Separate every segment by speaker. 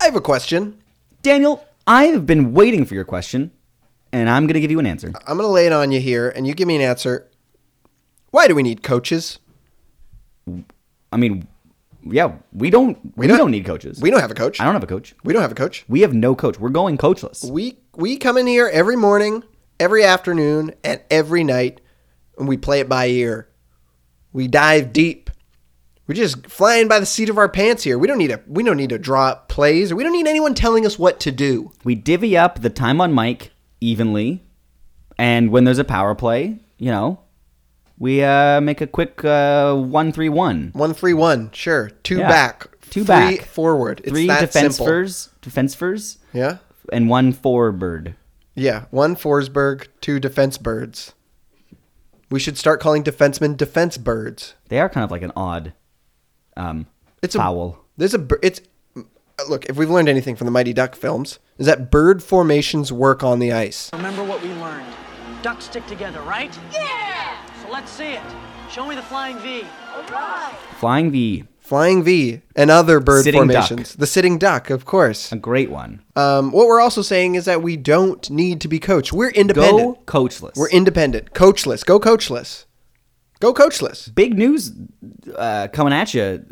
Speaker 1: have a question.
Speaker 2: Daniel, I have been waiting for your question, and I'm going to give you an answer.
Speaker 1: I'm going to lay it on you here, and you give me an answer. Why do we need coaches?
Speaker 2: I mean, yeah, we don't we,
Speaker 1: don't-
Speaker 2: don't, need coaches.
Speaker 1: We don't have a coach.
Speaker 2: I don't have a coach.
Speaker 1: We don't have a coach.
Speaker 2: We have no coach. We're going coachless.
Speaker 1: We we come in here every morning, every afternoon, and every night, and we play it by ear. We dive deep. We're just flying by the seat of our pants here. We don't need a we don't need to draw up plays. We don't need anyone telling us what to do.
Speaker 2: We divvy up the time on mic evenly, and when there's a power play, you know, we uh, make a quick uh, one three one.
Speaker 1: One three one, sure. Two
Speaker 2: Yeah.
Speaker 1: back. three
Speaker 2: Two back.
Speaker 1: forward. It's
Speaker 2: Three
Speaker 1: that simple.
Speaker 2: defensefers, defensefers,
Speaker 1: Yeah.
Speaker 2: and one forward.
Speaker 1: Yeah. One Forsberg, two defense birds. We should start calling defensemen defense birds.
Speaker 2: They are kind of like an odd um,
Speaker 1: It's a
Speaker 2: foul.
Speaker 1: There's a bir- it's look. If we've learned anything from the Mighty Duck films, is that bird formations work on the ice.
Speaker 3: Remember what we learned. Ducks stick together, right? Yeah! So let's see it. Show me the flying V.
Speaker 2: Flying V,
Speaker 1: Flying V and other bird
Speaker 2: Sitting
Speaker 1: formations. The sitting duck, of course.
Speaker 2: a great one.
Speaker 1: Um, what we're also saying is that we don't need to be coached. We're
Speaker 2: Go
Speaker 1: independent.
Speaker 2: coachless.
Speaker 1: We're independent. Coachless. Go coachless. Go coachless.
Speaker 2: big news uh, coming at you.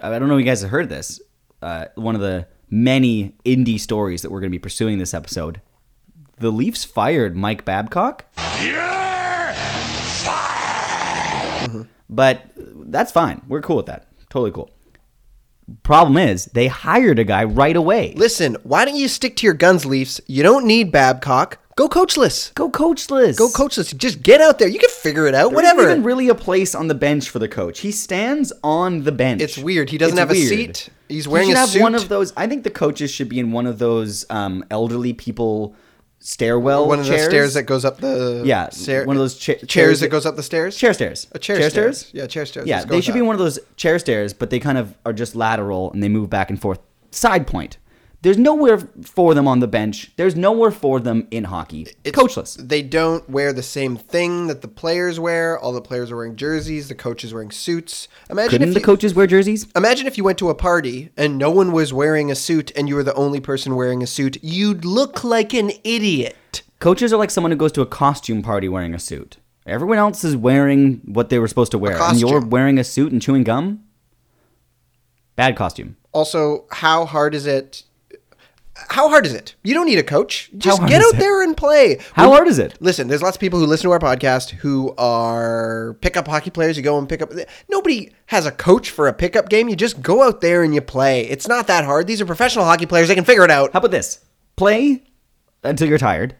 Speaker 2: I don't know if you guys have heard this. Uh, one of the many indie stories that we're going to be pursuing this episode. The Leafs fired Mike Babcock. But that's fine. We're cool with that. Totally cool. Problem is, they hired a guy right away.
Speaker 1: Listen. Why don't you stick to your guns, Leafs? You don't need Babcock. Go coachless.
Speaker 2: Go coachless.
Speaker 1: Go coachless. Just get out there. You can figure it out.
Speaker 2: There
Speaker 1: Whatever.
Speaker 2: isn't even really a place on the bench for the coach. He stands on the bench.
Speaker 1: It's weird. He doesn't
Speaker 2: It's
Speaker 1: have a
Speaker 2: weird.
Speaker 1: seat. He's wearing
Speaker 2: he should
Speaker 1: a
Speaker 2: have
Speaker 1: suit.
Speaker 2: one of those. I think the coaches should be in one of those um, elderly people stairwell.
Speaker 1: one of the
Speaker 2: chairs.
Speaker 1: stairs that goes up the
Speaker 2: Yeah,
Speaker 1: stair-
Speaker 2: one of those cha-
Speaker 1: chairs, that goes up the stairs.
Speaker 2: Chair stairs.
Speaker 1: A chair, stairs. Yeah, chair stairs.
Speaker 2: Yeah,
Speaker 1: Let's go
Speaker 2: they
Speaker 1: with
Speaker 2: should be
Speaker 1: that.
Speaker 2: one of those chair stairs, but they kind of are just lateral and they move back and forth. Side point. There's nowhere for them on the bench. There's nowhere for them in hockey. Coachless.
Speaker 1: They don't wear the same thing that the players wear. All the players are wearing jerseys. The coach is wearing suits. Imagine
Speaker 2: Couldn't
Speaker 1: if
Speaker 2: the
Speaker 1: you,
Speaker 2: coaches wear jerseys?
Speaker 1: Imagine if you went to a party and no one was wearing a suit, and you were the only person wearing a suit. You'd look like an idiot.
Speaker 2: Coaches are like someone who goes to a costume party wearing a suit. Everyone else is wearing what they were supposed to wear, and you're
Speaker 1: costume.
Speaker 2: wearing a suit and chewing gum. Bad costume.
Speaker 1: Also, how hard is it? How hard is it? You don't need a coach. Just
Speaker 2: hard
Speaker 1: get
Speaker 2: is
Speaker 1: out
Speaker 2: it?
Speaker 1: there and play.
Speaker 2: How
Speaker 1: When-
Speaker 2: hard is it?
Speaker 1: Listen, there's lots of people who listen to our podcast who are pickup hockey players. You go and pick up. Nobody has a coach for a pickup game. You just go out there and you play. It's not that hard. These are professional hockey players. They can figure it out.
Speaker 2: How about this? Play until you're tired,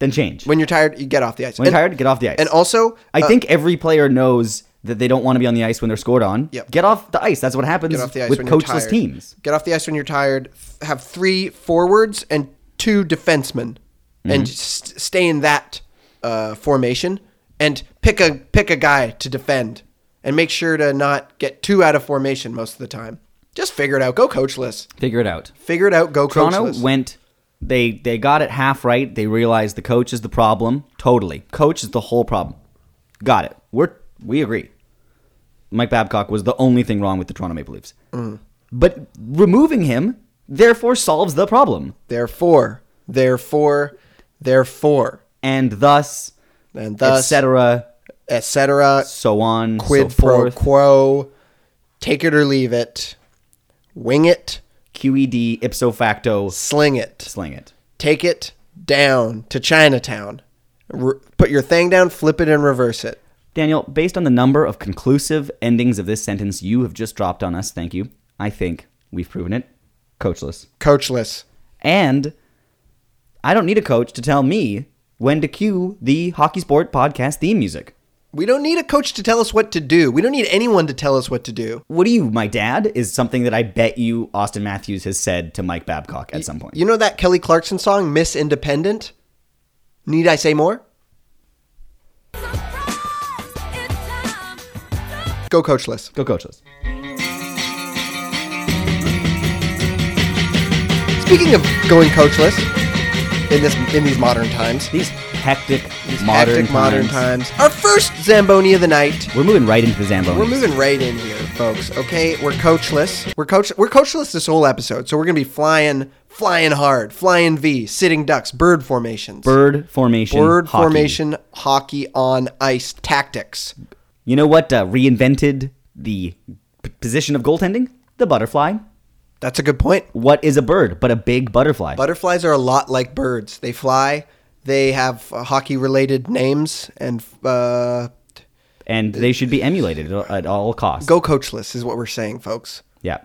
Speaker 2: then change. When,
Speaker 1: When you're tired, you get off the ice.
Speaker 2: you're tired, get off the ice.
Speaker 1: And also,
Speaker 2: I
Speaker 1: uh,
Speaker 2: think every player knows that they don't want to be on the ice when they're scored on.
Speaker 1: Yep.
Speaker 2: Get off the ice. That's what happens
Speaker 1: get off the ice
Speaker 2: with
Speaker 1: when you're
Speaker 2: coachless
Speaker 1: tired.
Speaker 2: teams.
Speaker 1: Get off the ice when you're tired. F- Have three forwards and two defensemen,
Speaker 2: Mm-hmm.
Speaker 1: and st- stay in that uh, formation. And pick a pick a guy to defend, and make sure to not get two out of formation most of the time. Just figure it out. Go coachless.
Speaker 2: Figure it out.
Speaker 1: Figure it out. Go
Speaker 2: Toronto
Speaker 1: coachless.
Speaker 2: went. They they got it half right. They realized the coach is the problem. Totally, coach is the whole problem. Got it. We're we agree. Mike Babcock was the only thing wrong with the Toronto Maple Leafs.
Speaker 1: Mm.
Speaker 2: But removing him therefore solves the problem,
Speaker 1: therefore, therefore, therefore,
Speaker 2: and thus,
Speaker 1: and thus,
Speaker 2: etc.
Speaker 1: etc.
Speaker 2: So on,
Speaker 1: Quid
Speaker 2: so
Speaker 1: pro
Speaker 2: forth.
Speaker 1: quo. Take it or leave it. Wing it.
Speaker 2: QED E ipso facto.
Speaker 1: Sling it.
Speaker 2: Sling it.
Speaker 1: take it down to Chinatown. R- put your thing down, flip it, and reverse it.
Speaker 2: Daniel, based on the number of conclusive endings of this sentence you have just dropped on us, thank you. I think we've proven it. Coachless.
Speaker 1: Coachless.
Speaker 2: And I don't need a coach to tell me when to cue the Hockey Sport podcast theme music.
Speaker 1: We don't need a coach to tell us what to do. We don't need anyone to tell us what to do.
Speaker 2: What do you, my dad, is something that I bet you Austin Matthews has said to Mike Babcock at some point.
Speaker 1: You know that Kelly Clarkson song, Miss Independent? Need I say more? Go coachless.
Speaker 2: Go coachless.
Speaker 1: Speaking of going coachless in this in these modern times,
Speaker 2: These hectic, modern,
Speaker 1: hectic modern
Speaker 2: times.
Speaker 1: times, our first Zamboni of the night.
Speaker 2: We're moving right into the Zamboni.
Speaker 1: We're moving right in here. folks. Okay, we're coachless. We're coach. We're coachless this whole episode, so we're gonna be flying, flying hard, flying V, sitting ducks, bird formations,
Speaker 2: Bird formation.
Speaker 1: Bird
Speaker 2: hockey.
Speaker 1: formation, hockey on ice tactics.
Speaker 2: You know what uh, reinvented the p- position of goaltending? The butterfly.
Speaker 1: That's a good point.
Speaker 2: What is a bird but a big butterfly?
Speaker 1: Butterflies are a lot like birds. They fly. They have hockey related names and uh,
Speaker 2: and they should be emulated at- at all costs.
Speaker 1: go coachless is what we're saying, folks.
Speaker 2: Yeah.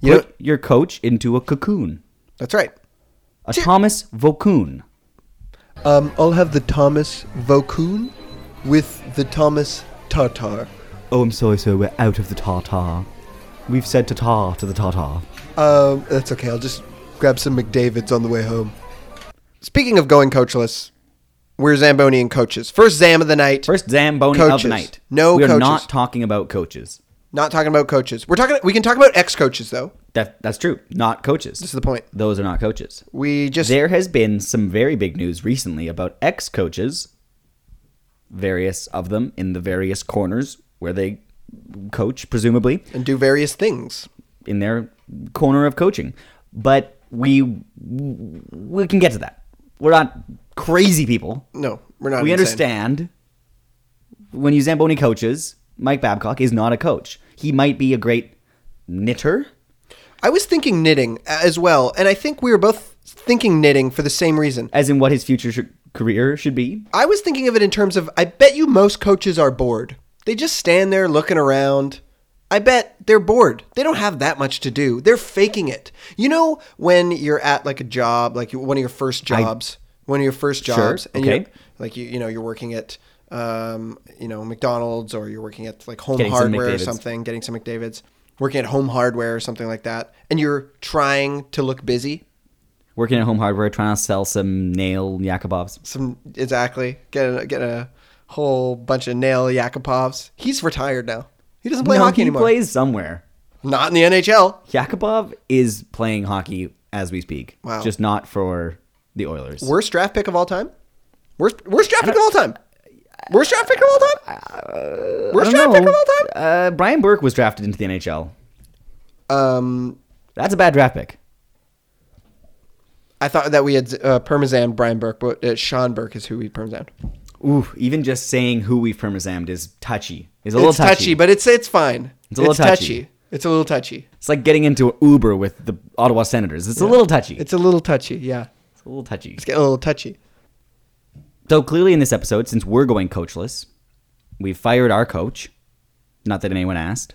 Speaker 1: You know-
Speaker 2: Put your coach into a cocoon.
Speaker 1: That's right.
Speaker 2: A Thomas Vocoon.
Speaker 1: Um, I'll have the Thomas Vokun with the Thomas Tartar.
Speaker 2: Oh, I'm sorry, sir. We're out of the tartar. We've said tartar to the tartar.
Speaker 1: Um, that's okay. I'll just grab some McDavid's on the way home. Speaking of going coachless, we're Zamboni and coaches. First Zam of the night.
Speaker 2: First Zamboni of
Speaker 1: Coaches.
Speaker 2: the night.
Speaker 1: No
Speaker 2: we are
Speaker 1: coaches.
Speaker 2: not talking about coaches.
Speaker 1: Not talking about coaches. We're talking. We can talk about ex-coaches though.
Speaker 2: That that's true. Not coaches.
Speaker 1: This is the point.
Speaker 2: Those are not coaches.
Speaker 1: We just
Speaker 2: There has been some very big news recently about ex coaches, various of them in the various corners where they coach, presumably.
Speaker 1: and do various things.
Speaker 2: in their corner of coaching. But we we can get to that. We're not crazy people.
Speaker 1: No, we're not. insane.
Speaker 2: we understand when you Zamboni coaches, Mike Babcock is not a coach. He might be a great knitter.
Speaker 1: I was thinking knitting as well, and I think we were both thinking knitting for the same reason.
Speaker 2: As in what his future sh- career should be.
Speaker 1: I was thinking of it in terms of I bet you most coaches are bored. They just stand there looking around. I bet they're bored. They don't have that much to do. They're faking it. You know when you're at like a job, like one of your first jobs, one of your first jobs, and
Speaker 2: okay.
Speaker 1: you like you you know you're working at um, you know McDonald's or you're working at like Home
Speaker 2: Getting some
Speaker 1: Hardware or
Speaker 2: McDavid's.
Speaker 1: something, getting some McDavid's, working at Home Hardware or something like that, and you're trying to look busy.
Speaker 2: Working at home hardware, trying to sell some nail Yakubovs.
Speaker 1: some exactly get a, get a whole bunch of nail Yakupovs. He's retired now. He doesn't play
Speaker 2: no,
Speaker 1: hockey
Speaker 2: he
Speaker 1: anymore.
Speaker 2: plays somewhere.
Speaker 1: Not in the NHL.
Speaker 2: Yakubov is playing hockey as we speak.
Speaker 1: Wow.
Speaker 2: Just not for the Oilers.
Speaker 1: Worst draft pick of all time. Worst worst draft pick of all time. Worst draft pick of all time. worst
Speaker 2: Uh, I
Speaker 1: draft
Speaker 2: don't
Speaker 1: pick of
Speaker 2: know.
Speaker 1: all time.
Speaker 2: Uh, Brian Burke was drafted into the NHL.
Speaker 1: Um,
Speaker 2: That's a bad draft pick.
Speaker 1: I thought that we had uh, permazam Brian Burke, but uh, Sean Burke is who we permazammed.
Speaker 2: Ooh, even just saying who we've permazammed is touchy. Is a little
Speaker 1: it's touchy. but it's it's fine.
Speaker 2: It's a little touchy.
Speaker 1: It's a little touchy.
Speaker 2: it's like getting into an Uber with the Ottawa Senators. It's a little touchy. It's,
Speaker 1: It's a little touchy. Yeah,
Speaker 2: a little touchy.
Speaker 1: it's getting a little touchy.
Speaker 2: So clearly, in this episode, since we're going coachless, we've fired our coach. Not that anyone asked,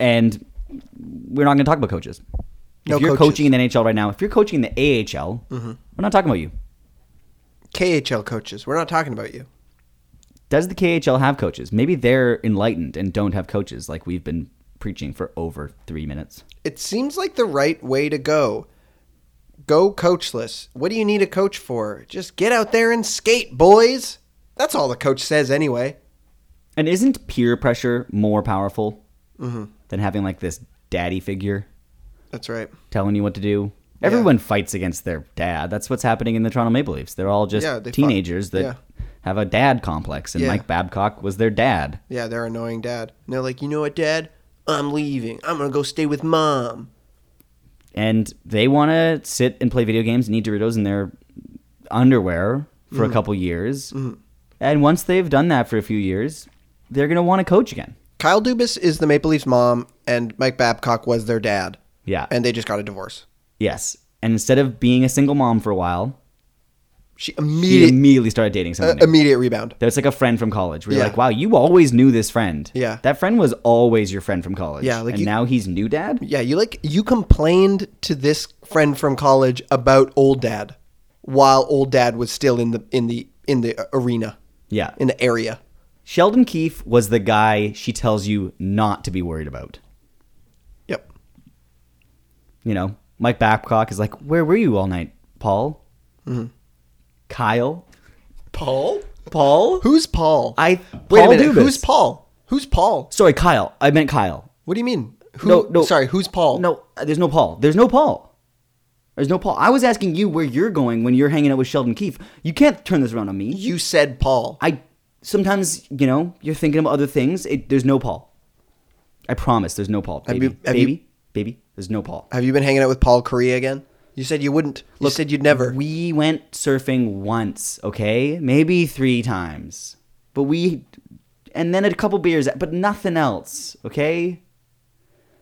Speaker 2: and we're not going to talk about coaches.
Speaker 1: No
Speaker 2: if you're
Speaker 1: coaches. Mm-hmm.
Speaker 2: coaching in the NHL right now, if you're coaching in the AHL, we're not talking about you.
Speaker 1: KHL coaches, we're not talking about you.
Speaker 2: does the KHL have coaches? Maybe they're enlightened and don't have coaches like we've been preaching for over three minutes.
Speaker 1: it seems like the right way to go. Go coachless. What do you need a coach for? Just get out there and skate, boys. That's all the coach says anyway.
Speaker 2: And isn't peer pressure more powerful
Speaker 1: Mm-hmm.
Speaker 2: than having like this daddy figure
Speaker 1: That's right.
Speaker 2: telling you what to do? Everyone fights against their dad. That's what's happening in the Toronto Maple Leafs. They're all just
Speaker 1: Yeah, they fight.
Speaker 2: teenagers that
Speaker 1: Yeah.
Speaker 2: have a dad complex, and
Speaker 1: Yeah.
Speaker 2: Mike Babcock was their dad.
Speaker 1: Yeah, they're annoying dad. And they're like, you know what, dad? I'm leaving. I'm going to go stay with mom.
Speaker 2: and they want to sit and play video games and eat Doritos in their underwear for
Speaker 1: Mm-hmm.
Speaker 2: a couple years. And once they've done that for a few years, they're going to want to coach again.
Speaker 1: Kyle Dubas is the Maple Leafs mom, and Mike Babcock was their dad.
Speaker 2: Yeah.
Speaker 1: And they just got a divorce.
Speaker 2: Yes. And instead of being a single mom for a while,
Speaker 1: She
Speaker 2: he
Speaker 1: immediate,
Speaker 2: immediately started dating
Speaker 1: uh,
Speaker 2: someone. new.
Speaker 1: immediate rebound.
Speaker 2: There's like a friend from college. We're
Speaker 1: Yeah.
Speaker 2: like, wow, you always knew this friend.
Speaker 1: Yeah.
Speaker 2: That friend was always your friend from college.
Speaker 1: Yeah, like
Speaker 2: and
Speaker 1: you-
Speaker 2: now he's new dad?
Speaker 1: Yeah, you like you complained to this friend from college about old dad while old dad was still in the in the in the arena.
Speaker 2: Yeah.
Speaker 1: In the area.
Speaker 2: Sheldon Keefe was the guy she tells you not to be worried about.
Speaker 1: Yep.
Speaker 2: you know, Mike Babcock is like, "Where were you all night, Paul?"
Speaker 1: Mm-hmm.
Speaker 2: Kyle,
Speaker 1: Paul?
Speaker 2: Paul,
Speaker 1: Who's Paul?
Speaker 2: I
Speaker 1: Wait
Speaker 2: Paul
Speaker 1: a minute.
Speaker 2: Dubas.
Speaker 1: Who's Paul? Who's Paul?
Speaker 2: Sorry, Kyle. I meant Kyle.
Speaker 1: What do you mean? Who,
Speaker 2: No, no.
Speaker 1: Sorry, who's Paul?
Speaker 2: No, there's no Paul. There's no Paul. There's no Paul. I was asking you where you're going when you're hanging out with Sheldon Keefe. You can't turn this around on me.
Speaker 1: You said Paul.
Speaker 2: I sometimes, you know, you're thinking of other things. It, there's no Paul. I promise. There's no Paul.
Speaker 1: Have
Speaker 2: Baby,
Speaker 1: you- have you-
Speaker 2: baby, baby. There's no Paul.
Speaker 1: Have you been hanging out with Paul Korea again? You said you wouldn't. You said you'd never.
Speaker 2: We went surfing once, okay? Maybe three times. But we. And then a couple beers, but nothing else, okay?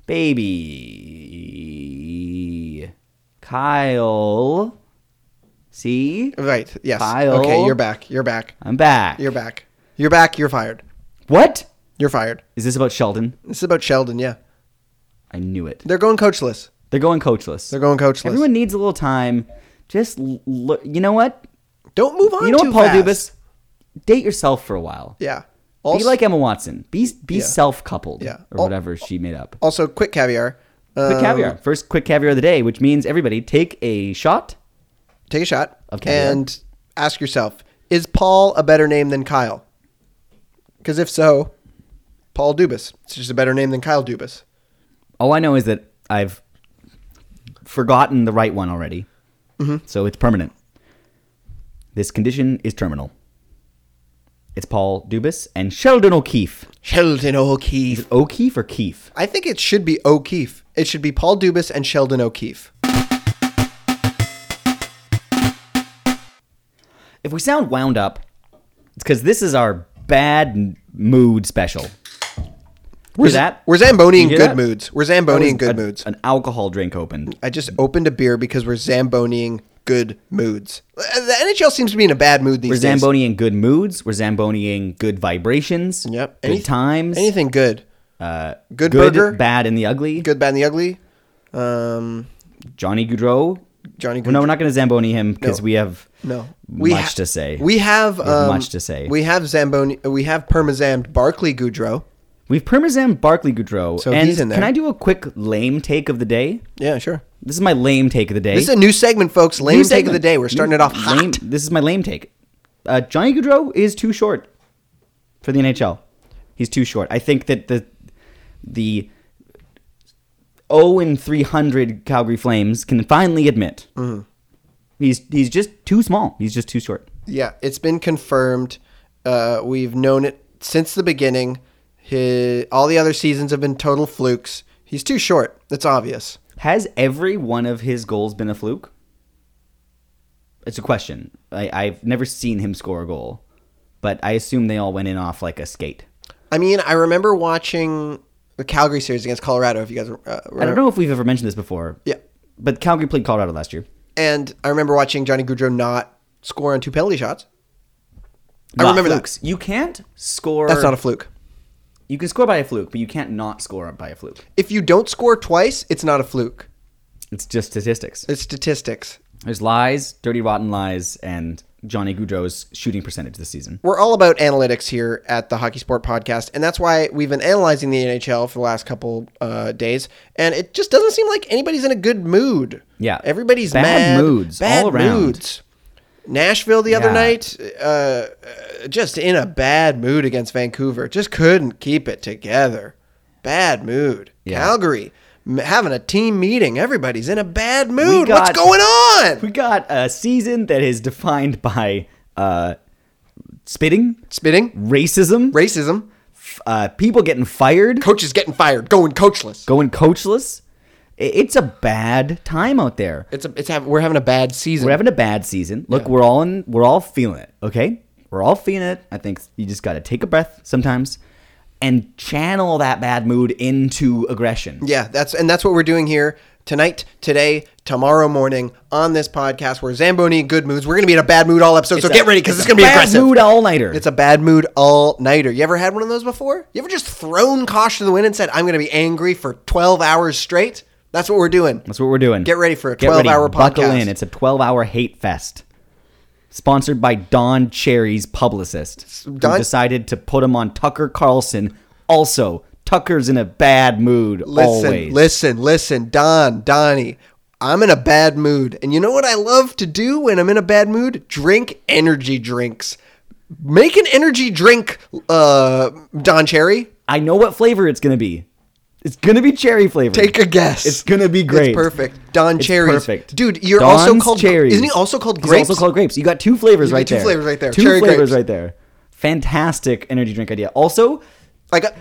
Speaker 2: Baby. Kyle. See?
Speaker 1: right. Yes.
Speaker 2: Kyle.
Speaker 1: Okay, you're back. You're back.
Speaker 2: I'm back.
Speaker 1: You're back. You're back. You're fired.
Speaker 2: What?
Speaker 1: You're fired.
Speaker 2: Is this about Sheldon?
Speaker 1: This is about Sheldon, yeah.
Speaker 2: I knew it.
Speaker 1: They're going coachless.
Speaker 2: They're going coachless.
Speaker 1: They're going coachless.
Speaker 2: Everyone needs a little time. Just, l- l- you know what?
Speaker 1: Don't move on
Speaker 2: You know
Speaker 1: too
Speaker 2: what, Paul
Speaker 1: fast.
Speaker 2: Dubas? Date yourself for a while.
Speaker 1: Yeah. Also,
Speaker 2: be like Emma Watson. Be be
Speaker 1: Yeah.
Speaker 2: self coupled
Speaker 1: Yeah.
Speaker 2: or
Speaker 1: Al-
Speaker 2: whatever she made up.
Speaker 1: also quick caviar.
Speaker 2: Quick
Speaker 1: Um,
Speaker 2: caviar. First quick caviar of the day, which means everybody take a shot.
Speaker 1: Take a shot
Speaker 2: Of caviar.
Speaker 1: and ask yourself, is Paul a better name than Kyle? Because if so, Paul Dubas. It's just a better name than Kyle Dubas.
Speaker 2: All I know is that I've forgotten the right one already,
Speaker 1: Mm-hmm.
Speaker 2: so it's permanent. This condition is terminal. It's Paul Dubas and Sheldon O'Keefe.
Speaker 1: Sheldon O'Keefe.
Speaker 2: O'Keefe or Keefe?
Speaker 1: I think it should be O'Keefe. It should be Paul Dubas and Sheldon O'Keefe.
Speaker 2: If we sound wound up, it's because this is our bad n- mood special.
Speaker 1: We're,
Speaker 2: Where's that?
Speaker 1: We're Zamboni
Speaker 2: You
Speaker 1: in
Speaker 2: hear
Speaker 1: good
Speaker 2: that?
Speaker 1: moods. We're
Speaker 2: That
Speaker 1: Zamboni
Speaker 2: was
Speaker 1: in good
Speaker 2: a-
Speaker 1: moods. Mm,
Speaker 2: An alcohol drink opened.
Speaker 1: I just opened a beer because we're Zamboniing good moods. Uh, The NHL seems to be in a bad mood these
Speaker 2: We're
Speaker 1: days.
Speaker 2: Zamboniing good moods. We're Zamboniing good vibrations.
Speaker 1: Yep.
Speaker 2: Good
Speaker 1: Any-
Speaker 2: times.
Speaker 1: Anything good.
Speaker 2: Uh,
Speaker 1: Good burger.
Speaker 2: Bad and the ugly.
Speaker 1: Good, bad, and the ugly. Um,
Speaker 2: Johnny Gaudreau.
Speaker 1: Johnny
Speaker 2: Well, no,
Speaker 1: Gaudreau.
Speaker 2: we're not going to Zamboni him because
Speaker 1: No.
Speaker 2: we have
Speaker 1: no,
Speaker 2: much
Speaker 1: ha-
Speaker 2: to say.
Speaker 1: We have,
Speaker 2: We have
Speaker 1: um,
Speaker 2: much to say.
Speaker 1: We have Zamboni. We have Parmesan Barkley Goudreau.
Speaker 2: We've Parmesan Barkley Gaudreau.
Speaker 1: So
Speaker 2: and
Speaker 1: he's in there.
Speaker 2: Can I do a quick lame take of the day?
Speaker 1: Yeah, sure.
Speaker 2: This is my lame take of the day.
Speaker 1: This is a new segment, folks. Lame
Speaker 2: New
Speaker 1: take of
Speaker 2: segment.
Speaker 1: the day. We're starting
Speaker 2: New-
Speaker 1: it off hot.
Speaker 2: Lame, this is my lame take. Uh, Johnny Gaudreau is too short for the NHL. He's too short. I think that the the 0 and 300 Calgary Flames can finally admit
Speaker 1: Mm-hmm.
Speaker 2: he's he's just too small. He's just too short.
Speaker 1: Yeah, it's been confirmed. Uh, we've known it since the beginning. His, all the other seasons have been total flukes. He's too short. It's obvious.
Speaker 2: Has every one of his goals been a fluke? It's a question. I, I've never seen him score a goal, but I assume they all went in off like a skate.
Speaker 1: I mean, I remember watching the Calgary series against Colorado. If you guys, uh, remember.
Speaker 2: I don't know if we've ever mentioned this before.
Speaker 1: Yeah.
Speaker 2: But Calgary played Colorado last year.
Speaker 1: And I remember watching Johnny Goudreau not score on two penalty shots. I
Speaker 2: Not
Speaker 1: remember that.
Speaker 2: flukes. You can't score.
Speaker 1: That's not a fluke.
Speaker 2: You can score by a fluke, but you can't not score by a fluke.
Speaker 1: If you don't score twice, it's not a fluke.
Speaker 2: It's just statistics.
Speaker 1: It's statistics.
Speaker 2: There's lies, dirty, rotten lies, and Johnny Goudreau's shooting percentage this season.
Speaker 1: We're all about analytics here at the Hockey Sport Podcast, and that's why we've been analyzing the NHL for the last couple uh, days. And it just doesn't seem like anybody's in a good mood.
Speaker 2: Yeah.
Speaker 1: everybody's
Speaker 2: Bad
Speaker 1: mad.
Speaker 2: moods
Speaker 1: bad
Speaker 2: all around.
Speaker 1: moods. Nashville the other
Speaker 2: Yeah.
Speaker 1: night, uh, uh, just in a bad mood against Vancouver. Just couldn't keep it together. Bad mood.
Speaker 2: Yeah.
Speaker 1: Calgary m- having a team meeting. Everybody's in a bad mood.
Speaker 2: got-
Speaker 1: What's going on?
Speaker 2: We got a season that is defined by uh, spitting,
Speaker 1: Spitting.
Speaker 2: racism,
Speaker 1: Racism.
Speaker 2: f- uh, people getting fired,
Speaker 1: Coaches getting fired. Going coachless.
Speaker 2: going coachless. I- It's a bad time out there.
Speaker 1: It's a, it's have, we're having a bad season.
Speaker 2: We're having a bad season. Look, we're all in. We're all feeling it. Okay, we're all feeling it. I think you just got to take a breath sometimes, and channel that bad mood into aggression.
Speaker 1: yeah, that's and that's what we're doing here tonight, today, tomorrow morning on this podcast. We're Zamboni in good moods. We're gonna be in a bad mood all episode, so
Speaker 2: a-
Speaker 1: get ready because it's,
Speaker 2: a
Speaker 1: gonna be
Speaker 2: bad
Speaker 1: aggressive.
Speaker 2: Mood all nighter.
Speaker 1: It's a bad mood all nighter. You ever had one of those before? You ever just thrown caution to the wind and said, "I'm gonna be angry for 12 hours straight"? That's what we're doing.
Speaker 2: That's what we're doing.
Speaker 1: Get ready for a
Speaker 2: Get ready.
Speaker 1: 12-hour
Speaker 2: Buckle
Speaker 1: podcast.
Speaker 2: in. It's a twelve-hour hate fest. Sponsored by Don Cherry's publicist,
Speaker 1: Don-
Speaker 2: who decided to put him on Tucker Carlson. Also, Tucker's in a bad mood
Speaker 1: Listen,
Speaker 2: always.
Speaker 1: listen, listen, Don, Donnie. I'm in a bad mood. And you know what I love to do when I'm in a bad mood? Drink energy drinks. Make an energy drink, uh, Don Cherry.
Speaker 2: I know what flavor it's gonna be. It's gonna be cherry flavor.
Speaker 1: Take a guess.
Speaker 2: It's gonna be great.
Speaker 1: It's perfect. Don
Speaker 2: It's
Speaker 1: Cherry.
Speaker 2: perfect.
Speaker 1: Dude, you're
Speaker 2: Don's
Speaker 1: also called
Speaker 2: cherries.
Speaker 1: Isn't he also called
Speaker 2: He's
Speaker 1: grapes?
Speaker 2: also called grapes. You got two flavors
Speaker 1: You got
Speaker 2: right
Speaker 1: two
Speaker 2: there.
Speaker 1: flavors right there.
Speaker 2: Two
Speaker 1: Cherry
Speaker 2: flavors
Speaker 1: grapes.
Speaker 2: right there. Fantastic energy drink idea. Also,
Speaker 1: I got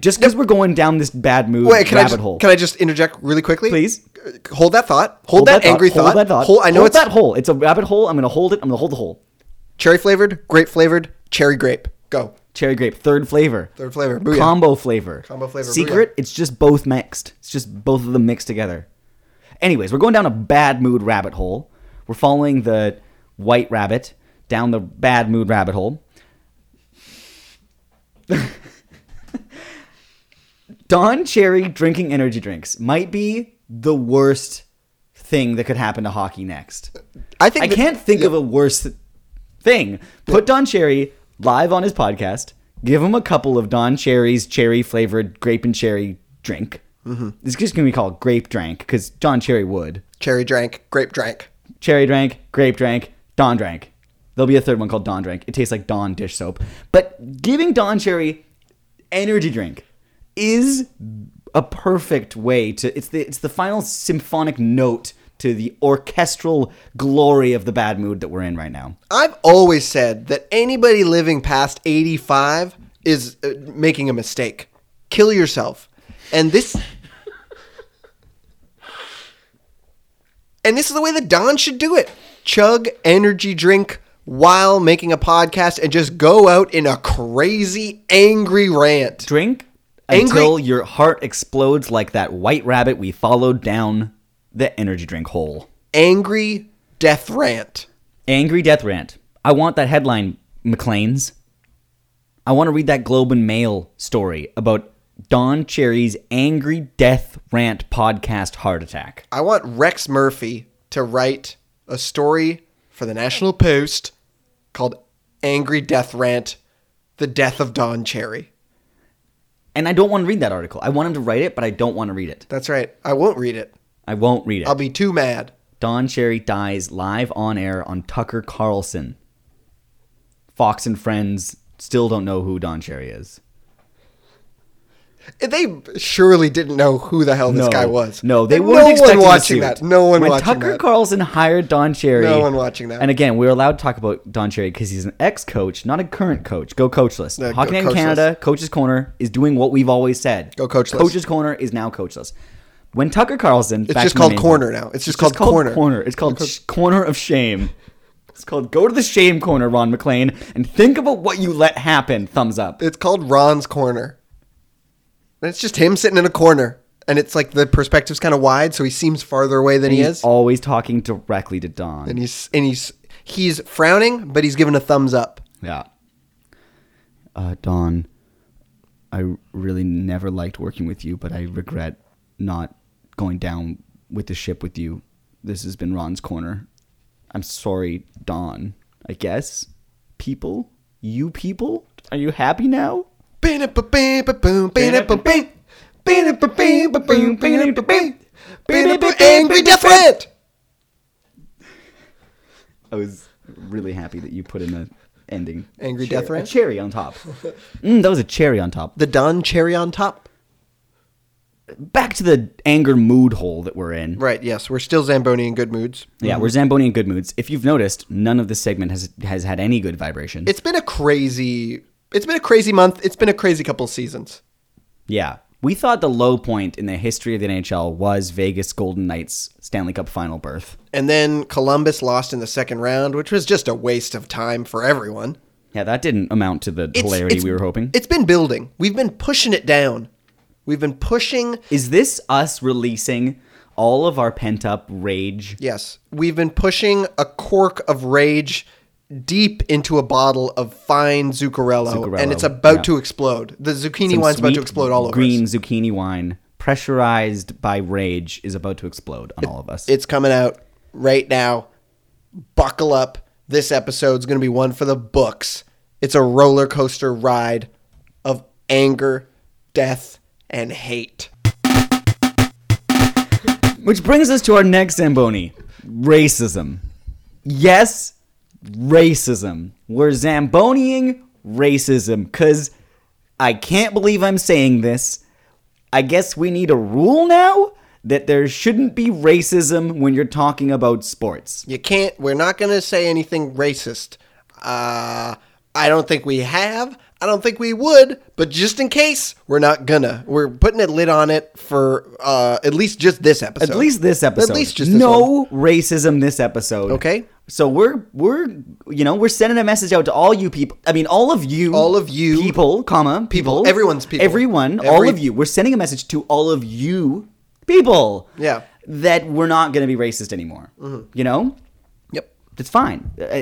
Speaker 2: Just because we're going down this bad move
Speaker 1: uh, Wait, can I
Speaker 2: rabbit
Speaker 1: just,
Speaker 2: hole.
Speaker 1: can I just interject really quickly?
Speaker 2: Please.
Speaker 1: Hold that thought. Hold, that, angry thought.
Speaker 2: Hold that thought.
Speaker 1: Hold- I know
Speaker 2: Hold
Speaker 1: it's
Speaker 2: that hole. It's a rabbit hole. I'm gonna hold it. I'm gonna hold the hole.
Speaker 1: cherry flavored, grape flavored, cherry grape. Go.
Speaker 2: Cherry grape, third flavor.
Speaker 1: Third flavor. Booyah.
Speaker 2: Combo flavor.
Speaker 1: Combo flavor,
Speaker 2: Secret.
Speaker 1: booyah.
Speaker 2: It's just both mixed. It's just both of them mixed together. Anyways, we're going down a bad mood rabbit hole. We're following the white rabbit down the bad mood rabbit hole. Don Cherry drinking energy drinks might be the worst thing that could happen to hockey next.
Speaker 1: I think
Speaker 2: I
Speaker 1: that-
Speaker 2: can't think
Speaker 1: yeah.
Speaker 2: of a worse thing. Put Don Cherry live on his podcast. Give him a couple of Don Cherry's cherry flavored grape and cherry drink. Mm-hmm. It's just gonna be called grape drank because Don Cherry would
Speaker 1: Cherry drank, grape drank.
Speaker 2: cherry drank, grape drank, Don drank. There'll be a third one called Don drank. It tastes like Dawn dish soap. But giving Don cherry energy drink is a perfect way to it's the it's the final symphonic note to the orchestral glory of the bad mood that we're in right now.
Speaker 1: I've always said that anybody living past 85 is uh, making a mistake. Kill yourself. And this And this is the way that Don should do it. Chug energy drink while making a podcast and just go out in a crazy angry rant.
Speaker 2: Drink
Speaker 1: Angry-
Speaker 2: until your heart explodes like that white rabbit we followed down the energy drink hole.
Speaker 1: Angry death rant.
Speaker 2: Angry Death Rant. I want that headline, McLean's. I want to read that Globe and Mail story about Don Cherry's Angry Death Rant podcast heart attack.
Speaker 1: I want Rex Murphy to write a story for the National Post called Angry Death Rant The Death of Don Cherry.
Speaker 2: And I don't want to read that article. I want him to write it, but I don't want to read it.
Speaker 1: That's right. I won't read it.
Speaker 2: I won't read it.
Speaker 1: I'll be too mad.
Speaker 2: Don Cherry dies live on air on Tucker Carlson. Fox and Friends still don't know who Don Cherry is.
Speaker 1: They surely didn't know who the hell this
Speaker 2: no,
Speaker 1: guy was.
Speaker 2: No, they
Speaker 1: And
Speaker 2: weren't
Speaker 1: No one
Speaker 2: expecting a
Speaker 1: watching
Speaker 2: suit.
Speaker 1: that. No one
Speaker 2: when
Speaker 1: watching
Speaker 2: Tucker
Speaker 1: that.
Speaker 2: Carlson hired Don Cherry.
Speaker 1: No one watching that.
Speaker 2: And again, we're allowed to talk about Don Cherry because he's an ex-coach, not a current coach. Go coachless.
Speaker 1: No,
Speaker 2: Hockey
Speaker 1: go
Speaker 2: Night in
Speaker 1: coachless.
Speaker 2: Canada, Coach's Corner is doing what we've always said.
Speaker 1: Go coachless.
Speaker 2: Coach's Corner is now coachless. When Tucker Carlson,
Speaker 1: it's just called corner now. It's just called corner.
Speaker 2: It's called sh- corner of shame. It's called go to the shame corner, Ron McLean, and think about what you let happen. Thumbs up.
Speaker 1: It's called Ron's Corner. And it's just him sitting in a corner. And it's like the perspective's kind of wide, so he seems farther away than he
Speaker 2: He's
Speaker 1: is.
Speaker 2: always talking directly to Don.
Speaker 1: and he's and he's he's frowning, but he's giving a thumbs up.
Speaker 2: Yeah. Uh, Don, I really never liked working with you, but I regret not going down with the ship with you. This has been Ron's corner. I'm sorry, Don. I guess people, you people, are you happy now?
Speaker 1: Angry death rant.
Speaker 2: I was really happy that you put in the ending.
Speaker 1: Angry
Speaker 2: Cherry-
Speaker 1: death rant?
Speaker 2: A cherry on top. mm, that was a cherry on top.
Speaker 1: The Don cherry on top.
Speaker 2: Back to the anger mood hole that we're in.
Speaker 1: Right. Yes, we're still Zamboni in good moods.
Speaker 2: Yeah, we're Zamboni in good moods. If you've noticed, none of this segment has has had any good vibrations.
Speaker 1: It's been a crazy. It's been a crazy month. It's been a crazy couple seasons.
Speaker 2: yeah. We thought the low point in the history of the NHL was Vegas Golden Knights Stanley Cup final berth.
Speaker 1: And then Columbus lost in the second round, which was just a waste of time for everyone.
Speaker 2: Yeah, that didn't amount to the
Speaker 1: It's-
Speaker 2: hilarity
Speaker 1: it's-
Speaker 2: we were hoping.
Speaker 1: It's been building. We've been pushing it down. We've been pushing
Speaker 2: Is this us releasing all of our pent up rage?
Speaker 1: Yes, we've been pushing a cork of rage deep into a bottle of fine Zuccarello,
Speaker 2: Zuccarello,
Speaker 1: and it's about
Speaker 2: yeah.
Speaker 1: to explode. The zucchini
Speaker 2: Some
Speaker 1: wine's about to
Speaker 2: sweet
Speaker 1: explode all over
Speaker 2: Green
Speaker 1: us.
Speaker 2: zucchini wine, pressurized by rage, is about to explode on all of us.
Speaker 1: It's coming out right now. Buckle up. This episode's going to be one for the books. It's a roller coaster ride of anger, death, and hate.
Speaker 2: Which brings us to our next Zamboni racism. Yes, racism. We're Zamboniing racism because I can't believe I'm saying this. I guess we need a rule now that there shouldn't be racism when you're talking about sports.
Speaker 1: You can't. We're not going to say anything racist. Uh, I don't think we have. I don't think we would, but just in case, we're not gonna. We're putting a lid on it for uh, at least just this episode.
Speaker 2: At least this episode.
Speaker 1: At least just this one.
Speaker 2: no racism this episode.
Speaker 1: Okay.
Speaker 2: So we're we're you know we're sending a message out to all you people. I mean, all of you,
Speaker 1: All of you.
Speaker 2: people, comma people,
Speaker 1: Everyone's people.
Speaker 2: everyone,
Speaker 1: Every-
Speaker 2: all of you. We're sending a message to all of you people.
Speaker 1: Yeah. Mm-hmm.
Speaker 2: That we're not going to be racist anymore. You know,
Speaker 1: Yep.
Speaker 2: it's fine. Uh,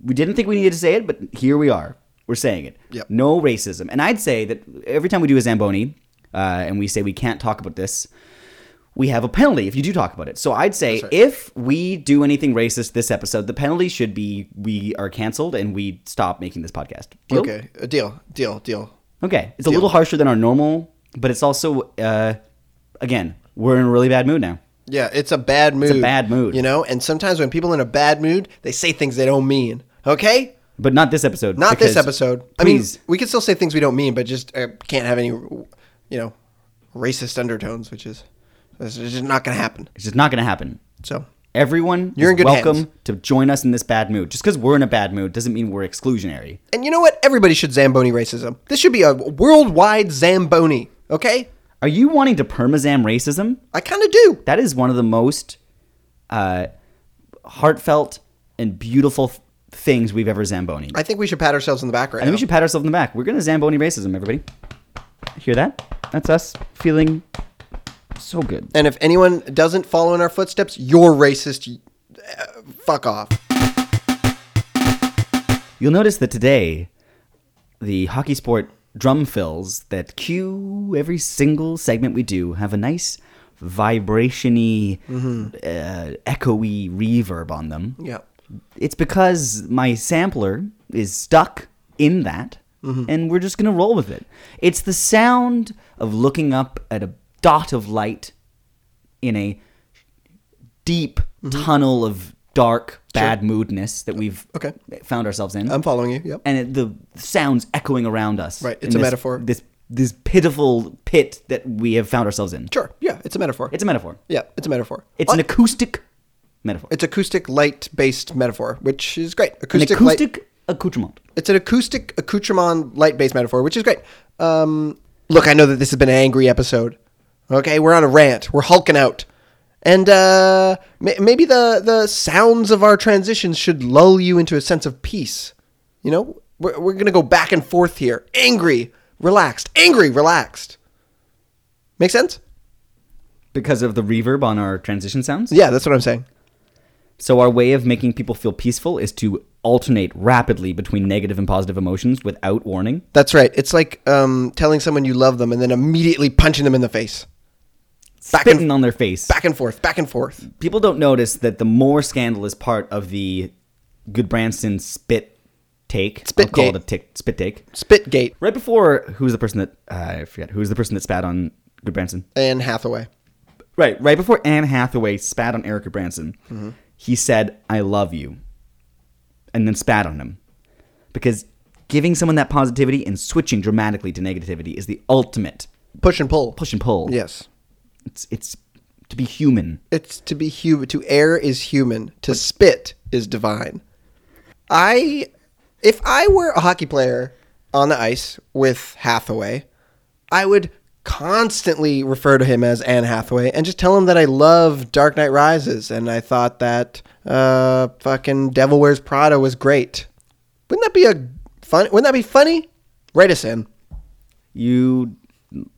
Speaker 2: We didn't think we needed to say it, but here we are. We're saying it.
Speaker 1: Yep.
Speaker 2: No racism. And I'd say that every time we do a Zamboni uh, and we say we can't talk about this, we have a penalty if you do talk about it. So I'd say if we do anything racist this episode, the penalty should be we are canceled and we stop making this podcast. Deal?
Speaker 1: Okay. A deal. Deal. Deal.
Speaker 2: Okay. It's a little harsher than our normal, but it's also, uh, again, we're in a really bad mood now.
Speaker 1: Yeah, it's a bad mood. It's
Speaker 2: bad mood.
Speaker 1: You know, and sometimes when people in a bad mood, they say things they don't mean. Okay?
Speaker 2: But not this episode.
Speaker 1: Not this
Speaker 2: because-
Speaker 1: episode.
Speaker 2: Please.
Speaker 1: I mean, we can still say things we don't mean, but just uh, can't have any, you know, racist undertones, which is this is just not going to happen.
Speaker 2: it's just not going to happen.
Speaker 1: So,
Speaker 2: Everyone
Speaker 1: You're
Speaker 2: is
Speaker 1: in good
Speaker 2: welcome
Speaker 1: hands.
Speaker 2: to join us in this bad mood. Just because we're in a bad mood doesn't mean we're exclusionary.
Speaker 1: and you know what? Everybody should zamboni racism. This should be a worldwide zamboni. Okay?
Speaker 2: Are you wanting to permazam racism?
Speaker 1: I kind of do.
Speaker 2: That is one of the most uh, heartfelt and beautiful th- things we've ever zamboni.
Speaker 1: I
Speaker 2: I
Speaker 1: think we should pat ourselves in the back right
Speaker 2: think
Speaker 1: now.
Speaker 2: we should pat ourselves in the back. We're gonna zamboni racism, everybody. Hear that? That's us feeling so good.
Speaker 1: And if anyone doesn't follow in our footsteps, you're racist. You- uh, Fuck off.
Speaker 2: You'll notice that today, the hockey sport drum fills that cue every single segment we do have a nice vibrationy, uh, echoey reverb on them.
Speaker 1: Yeah.
Speaker 2: It's because my sampler is stuck in that, and we're just gonna roll with it. It's the sound of looking up at a dot of light in a deep tunnel of dark bad moodness that we've
Speaker 1: Okay. Um,
Speaker 2: found ourselves in
Speaker 1: I'm following you. Yep.
Speaker 2: and it, the sounds echoing around us
Speaker 1: Right,
Speaker 2: in
Speaker 1: it's a
Speaker 2: this-
Speaker 1: metaphor.
Speaker 2: this this pitiful pit that we have found ourselves in
Speaker 1: Sure. Yeah, it's a metaphor.
Speaker 2: it's a metaphor
Speaker 1: yeah, it's a metaphor.
Speaker 2: it's
Speaker 1: What?
Speaker 2: an acoustic metaphor
Speaker 1: it's acoustic light based metaphor, which is great.
Speaker 2: an
Speaker 1: Acoustic, light.
Speaker 2: acoustic accoutrement
Speaker 1: It's an acoustic accoutrement light based metaphor, which is great. Um, look, I know that this has been an angry episode. Okay, we're on a rant. We're hulking out, and uh, ma maybe the the sounds of our transitions should lull you into a sense of peace. You know, we're we're gonna go back and forth here, angry, relaxed, angry, relaxed. Make sense?
Speaker 2: because of the reverb on our transition sounds
Speaker 1: Yeah, that's what I'm saying.
Speaker 2: so our way of making people feel peaceful is to alternate rapidly between negative and positive emotions without warning
Speaker 1: That's right. It's like um, telling someone you love them and then immediately punching them in the face. Back
Speaker 2: spitting
Speaker 1: and,
Speaker 2: on their face
Speaker 1: back and forth, back and forth.
Speaker 2: people don't notice that the more scandalous part of the good branson spit take
Speaker 1: Spit
Speaker 2: I'll call
Speaker 1: gate.
Speaker 2: it a tick, spit take
Speaker 1: Spitgate
Speaker 2: right before who's the person that uh, I forget who's the person that spat on Good Branson.
Speaker 1: and Hathaway.
Speaker 2: Right, right before Anne Hathaway spat on Erica Branson, he said "I love you," and then spat on him because giving someone that positivity and switching dramatically to negativity is the ultimate
Speaker 1: Push and pull.
Speaker 2: push and pull.
Speaker 1: Yes.
Speaker 2: it's it's to be human.
Speaker 1: It's to be human. To err is human. To spit is divine. I, if I were a hockey player on the ice with Hathaway, I would constantly refer to him as Anne Hathaway and just tell him that I love Dark Knight Rises and I thought that uh, fucking Devil Wears Prada was great. Wouldn't that be a fun? Wouldn't that be funny? Write us in.
Speaker 2: You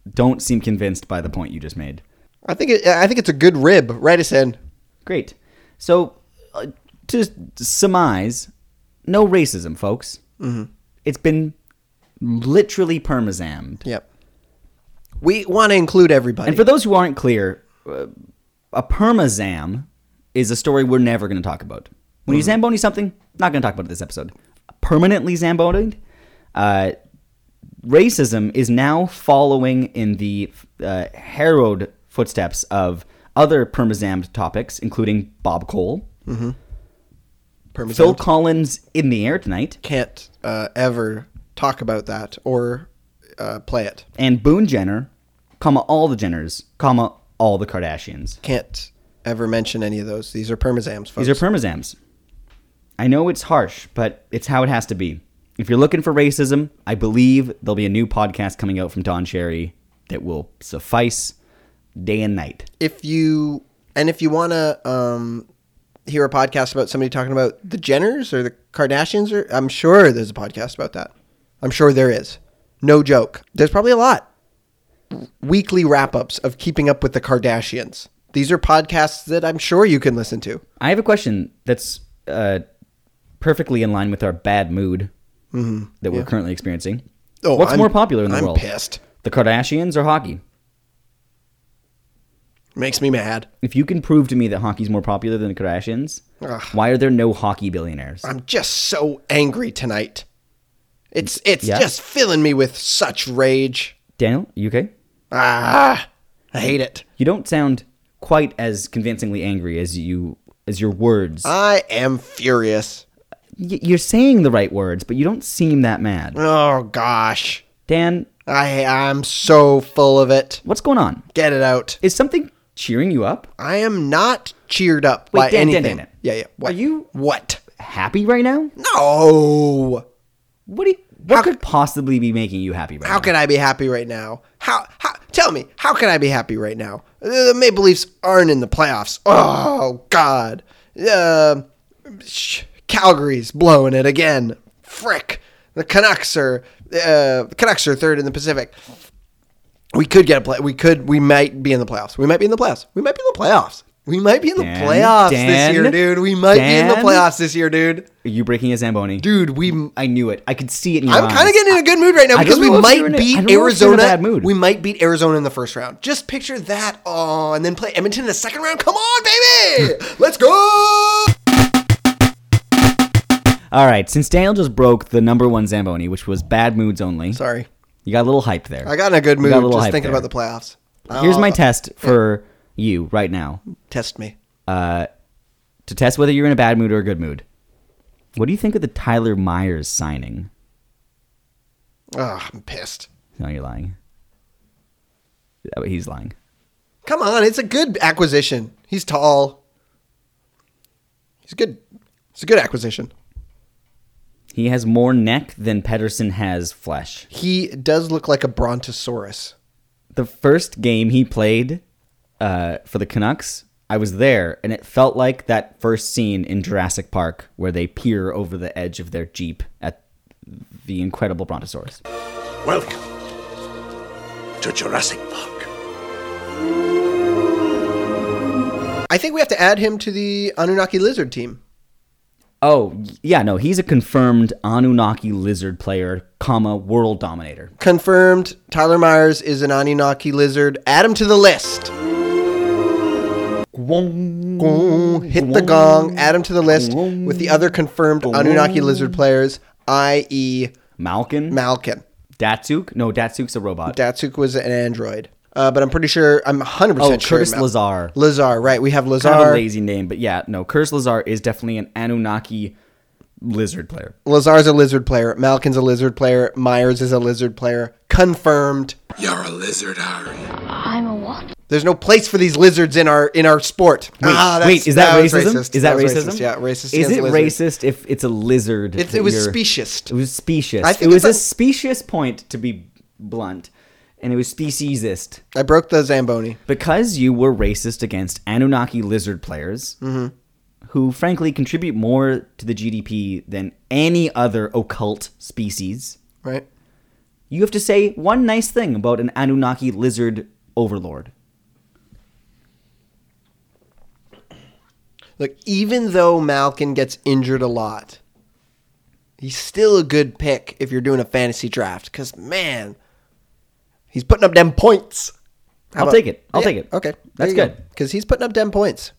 Speaker 2: don't seem convinced by the point you just made.
Speaker 1: I think it, I think it's a good rib. Write us in.
Speaker 2: Great. So, uh, to surmise, no racism, folks. Mm-hmm. It's been literally permazammed.
Speaker 1: Yep. We want to include everybody.
Speaker 2: And for those who aren't clear, uh, a permazam is a story we're never going to talk about. When you zamboni something, not going to talk about it this episode. Permanently zamboni. Uh, racism is now following in the uh, harrowed footsteps of other permazammed topics, including Bob Cole,
Speaker 1: Parmesan.
Speaker 2: Phil Collins in the air tonight,
Speaker 1: can't uh, ever talk about that or uh, play it.
Speaker 2: and Boone Jenner, comma all the Jenners, comma all the Kardashians.
Speaker 1: Can't ever mention any of those. These are permazams, folks.
Speaker 2: These are permazams. I know it's harsh, but it's how it has to be. If you're looking for racism, I believe there'll be a new podcast coming out from Don Cherry that will suffice day and night.
Speaker 1: if you and if you want to um, hear a podcast about somebody talking about the Jenners or the Kardashians, or I'm sure there's a podcast about that. I'm sure there is. No joke. There's probably a lot. Weekly wrap ups of keeping up with the Kardashians. These are podcasts that I'm sure you can listen to.
Speaker 2: I have a question that's uh, perfectly in line with our bad mood that we're currently experiencing.
Speaker 1: Mm-hmm. Oh,
Speaker 2: What's
Speaker 1: I'm-
Speaker 2: more popular in the
Speaker 1: I'm
Speaker 2: world?
Speaker 1: pissed.
Speaker 2: The Kardashians or hockey?
Speaker 1: Makes me mad.
Speaker 2: If you can prove to me that hockey's more popular than the Kardashians,
Speaker 1: Ugh.
Speaker 2: why are there no hockey billionaires?
Speaker 1: I'm just so angry tonight. It's it's
Speaker 2: Yeah.
Speaker 1: just filling me with such rage.
Speaker 2: Daniel, you okay?
Speaker 1: Ah, I hate it.
Speaker 2: You don't sound quite as convincingly angry as you as your words.
Speaker 1: I am furious.
Speaker 2: Y- you're saying the right words, but you don't seem that mad.
Speaker 1: Oh gosh.
Speaker 2: Dan,
Speaker 1: I I'm so full of it.
Speaker 2: what's going on?
Speaker 1: Get it out.
Speaker 2: Is something cheering you up?
Speaker 1: I am not cheered up
Speaker 2: Wait,
Speaker 1: by
Speaker 2: Dan, Dan,
Speaker 1: anything.
Speaker 2: Dan, Dan.
Speaker 1: Yeah, yeah. What?
Speaker 2: Are you-
Speaker 1: what?
Speaker 2: Happy right now?
Speaker 1: No.
Speaker 2: What do you, what
Speaker 1: How-
Speaker 2: could possibly be making you happy right
Speaker 1: How
Speaker 2: now?
Speaker 1: can I be happy right now? How how tell me, how can I be happy right now? The Maple Leafs aren't in the playoffs. Oh god. Uh, sh- Calgary's blowing it again. Frick. The Canucks are uh, the Canucks are third in the Pacific. We could get a play. We could. We might be in the playoffs. We might be in the playoffs. We might be in the playoffs. We might be in the
Speaker 2: Dan,
Speaker 1: playoffs
Speaker 2: Dan,
Speaker 1: this year, dude. We might be in
Speaker 2: Dan.
Speaker 1: the playoffs this year, dude.
Speaker 2: Are you breaking a Zamboni?
Speaker 1: Dude, we
Speaker 2: I knew it. I could see it in your
Speaker 1: I'm
Speaker 2: eyes.
Speaker 1: kind of getting in a good mood right now
Speaker 2: I
Speaker 1: because we
Speaker 2: don't know if you're
Speaker 1: might
Speaker 2: in a- I
Speaker 1: beat
Speaker 2: don't know if you're
Speaker 1: Arizona.
Speaker 2: in a bad mood.
Speaker 1: We might beat Arizona in the first round. Just picture that. Oh, and then play Edmonton in the second round. Come on, baby, let's go.
Speaker 2: All right, since Daniel just broke the number one Zamboni, which was bad moods only,
Speaker 1: Sorry,
Speaker 2: you got a little hyped there.
Speaker 1: I got in a good
Speaker 2: You got
Speaker 1: mood
Speaker 2: a little
Speaker 1: just
Speaker 2: hype
Speaker 1: thinking
Speaker 2: there.
Speaker 1: about the playoffs.
Speaker 2: Here's my
Speaker 1: I'll
Speaker 2: test for you right now Uh,
Speaker 1: test me.
Speaker 2: to test whether you're in a bad mood or a good mood. What do you think of the Tyler Myers signing?
Speaker 1: Oh, I'm pissed.
Speaker 2: No, you're lying. Yeah, but he's lying.
Speaker 1: Come on, it's a good acquisition. He's tall. He's good. It's a good acquisition.
Speaker 2: He has more neck than Pedersen has flesh.
Speaker 1: He does look like a brontosaurus.
Speaker 2: the first game he played uh, for the Canucks, I was there, and it felt like that first scene in Jurassic Park where they peer over the edge of their jeep at the incredible Brontosaurus.
Speaker 4: Welcome to Jurassic Park.
Speaker 1: I think we have to add him to the Anunnaki lizard team.
Speaker 2: Oh y- yeah, no, he's a confirmed Anunnaki lizard player, comma world dominator.
Speaker 1: Confirmed. Tyler Myers is an Anunnaki lizard. Add him to the list. Gong. Hit the gong. Add him to the list with the other confirmed Anunnaki lizard players, i.e.,
Speaker 2: Malkin,
Speaker 1: Malkin.
Speaker 2: Datsuk. No, Datsuk's a robot.
Speaker 1: Datsuk was an android. Uh, but I'm pretty sure, I'm 100%
Speaker 2: oh,
Speaker 1: sure.
Speaker 2: Curtis
Speaker 1: Mal-
Speaker 2: Lazar.
Speaker 1: Lazar, right. We have Lazar.
Speaker 2: Kind of a lazy name, but yeah, no, Curtis Lazar is definitely an Anunnaki lizard player.
Speaker 1: Lazar's a lizard player. Malkin's a lizard player. Myers is a lizard player. Confirmed.
Speaker 4: You're a lizard, Harry.
Speaker 5: I'm a what?
Speaker 1: There's no place for these lizards in our in our sport.
Speaker 2: Wait,
Speaker 1: Ah, that's-
Speaker 2: wait, is that,
Speaker 1: was
Speaker 2: racism?
Speaker 1: racist.
Speaker 2: Is that,
Speaker 1: was
Speaker 2: racism?
Speaker 1: Yeah, racist.
Speaker 2: Is
Speaker 1: against
Speaker 2: it
Speaker 1: lizards.
Speaker 2: racist if it's a lizard?
Speaker 1: It's,
Speaker 2: that
Speaker 1: it was
Speaker 2: you're-
Speaker 1: speciest.
Speaker 2: It was specious.
Speaker 1: I think
Speaker 2: it was a
Speaker 1: it's a-
Speaker 2: specious point to be blunt, and it was speciesist
Speaker 1: I broke the Zamboni.
Speaker 2: because you were racist against Anunnaki lizard players, who frankly contribute more to the GDP than any other occult species.
Speaker 1: Right.
Speaker 2: You have to say one nice thing about an Anunnaki lizard overlord.
Speaker 1: Look, even though Malkin gets injured a lot, he's still a good pick if you're doing a fantasy draft. Because man, he's putting up them points.
Speaker 2: I'll take it. I'll take it.
Speaker 1: Okay,
Speaker 2: That's good.
Speaker 1: Because he's putting up dem points.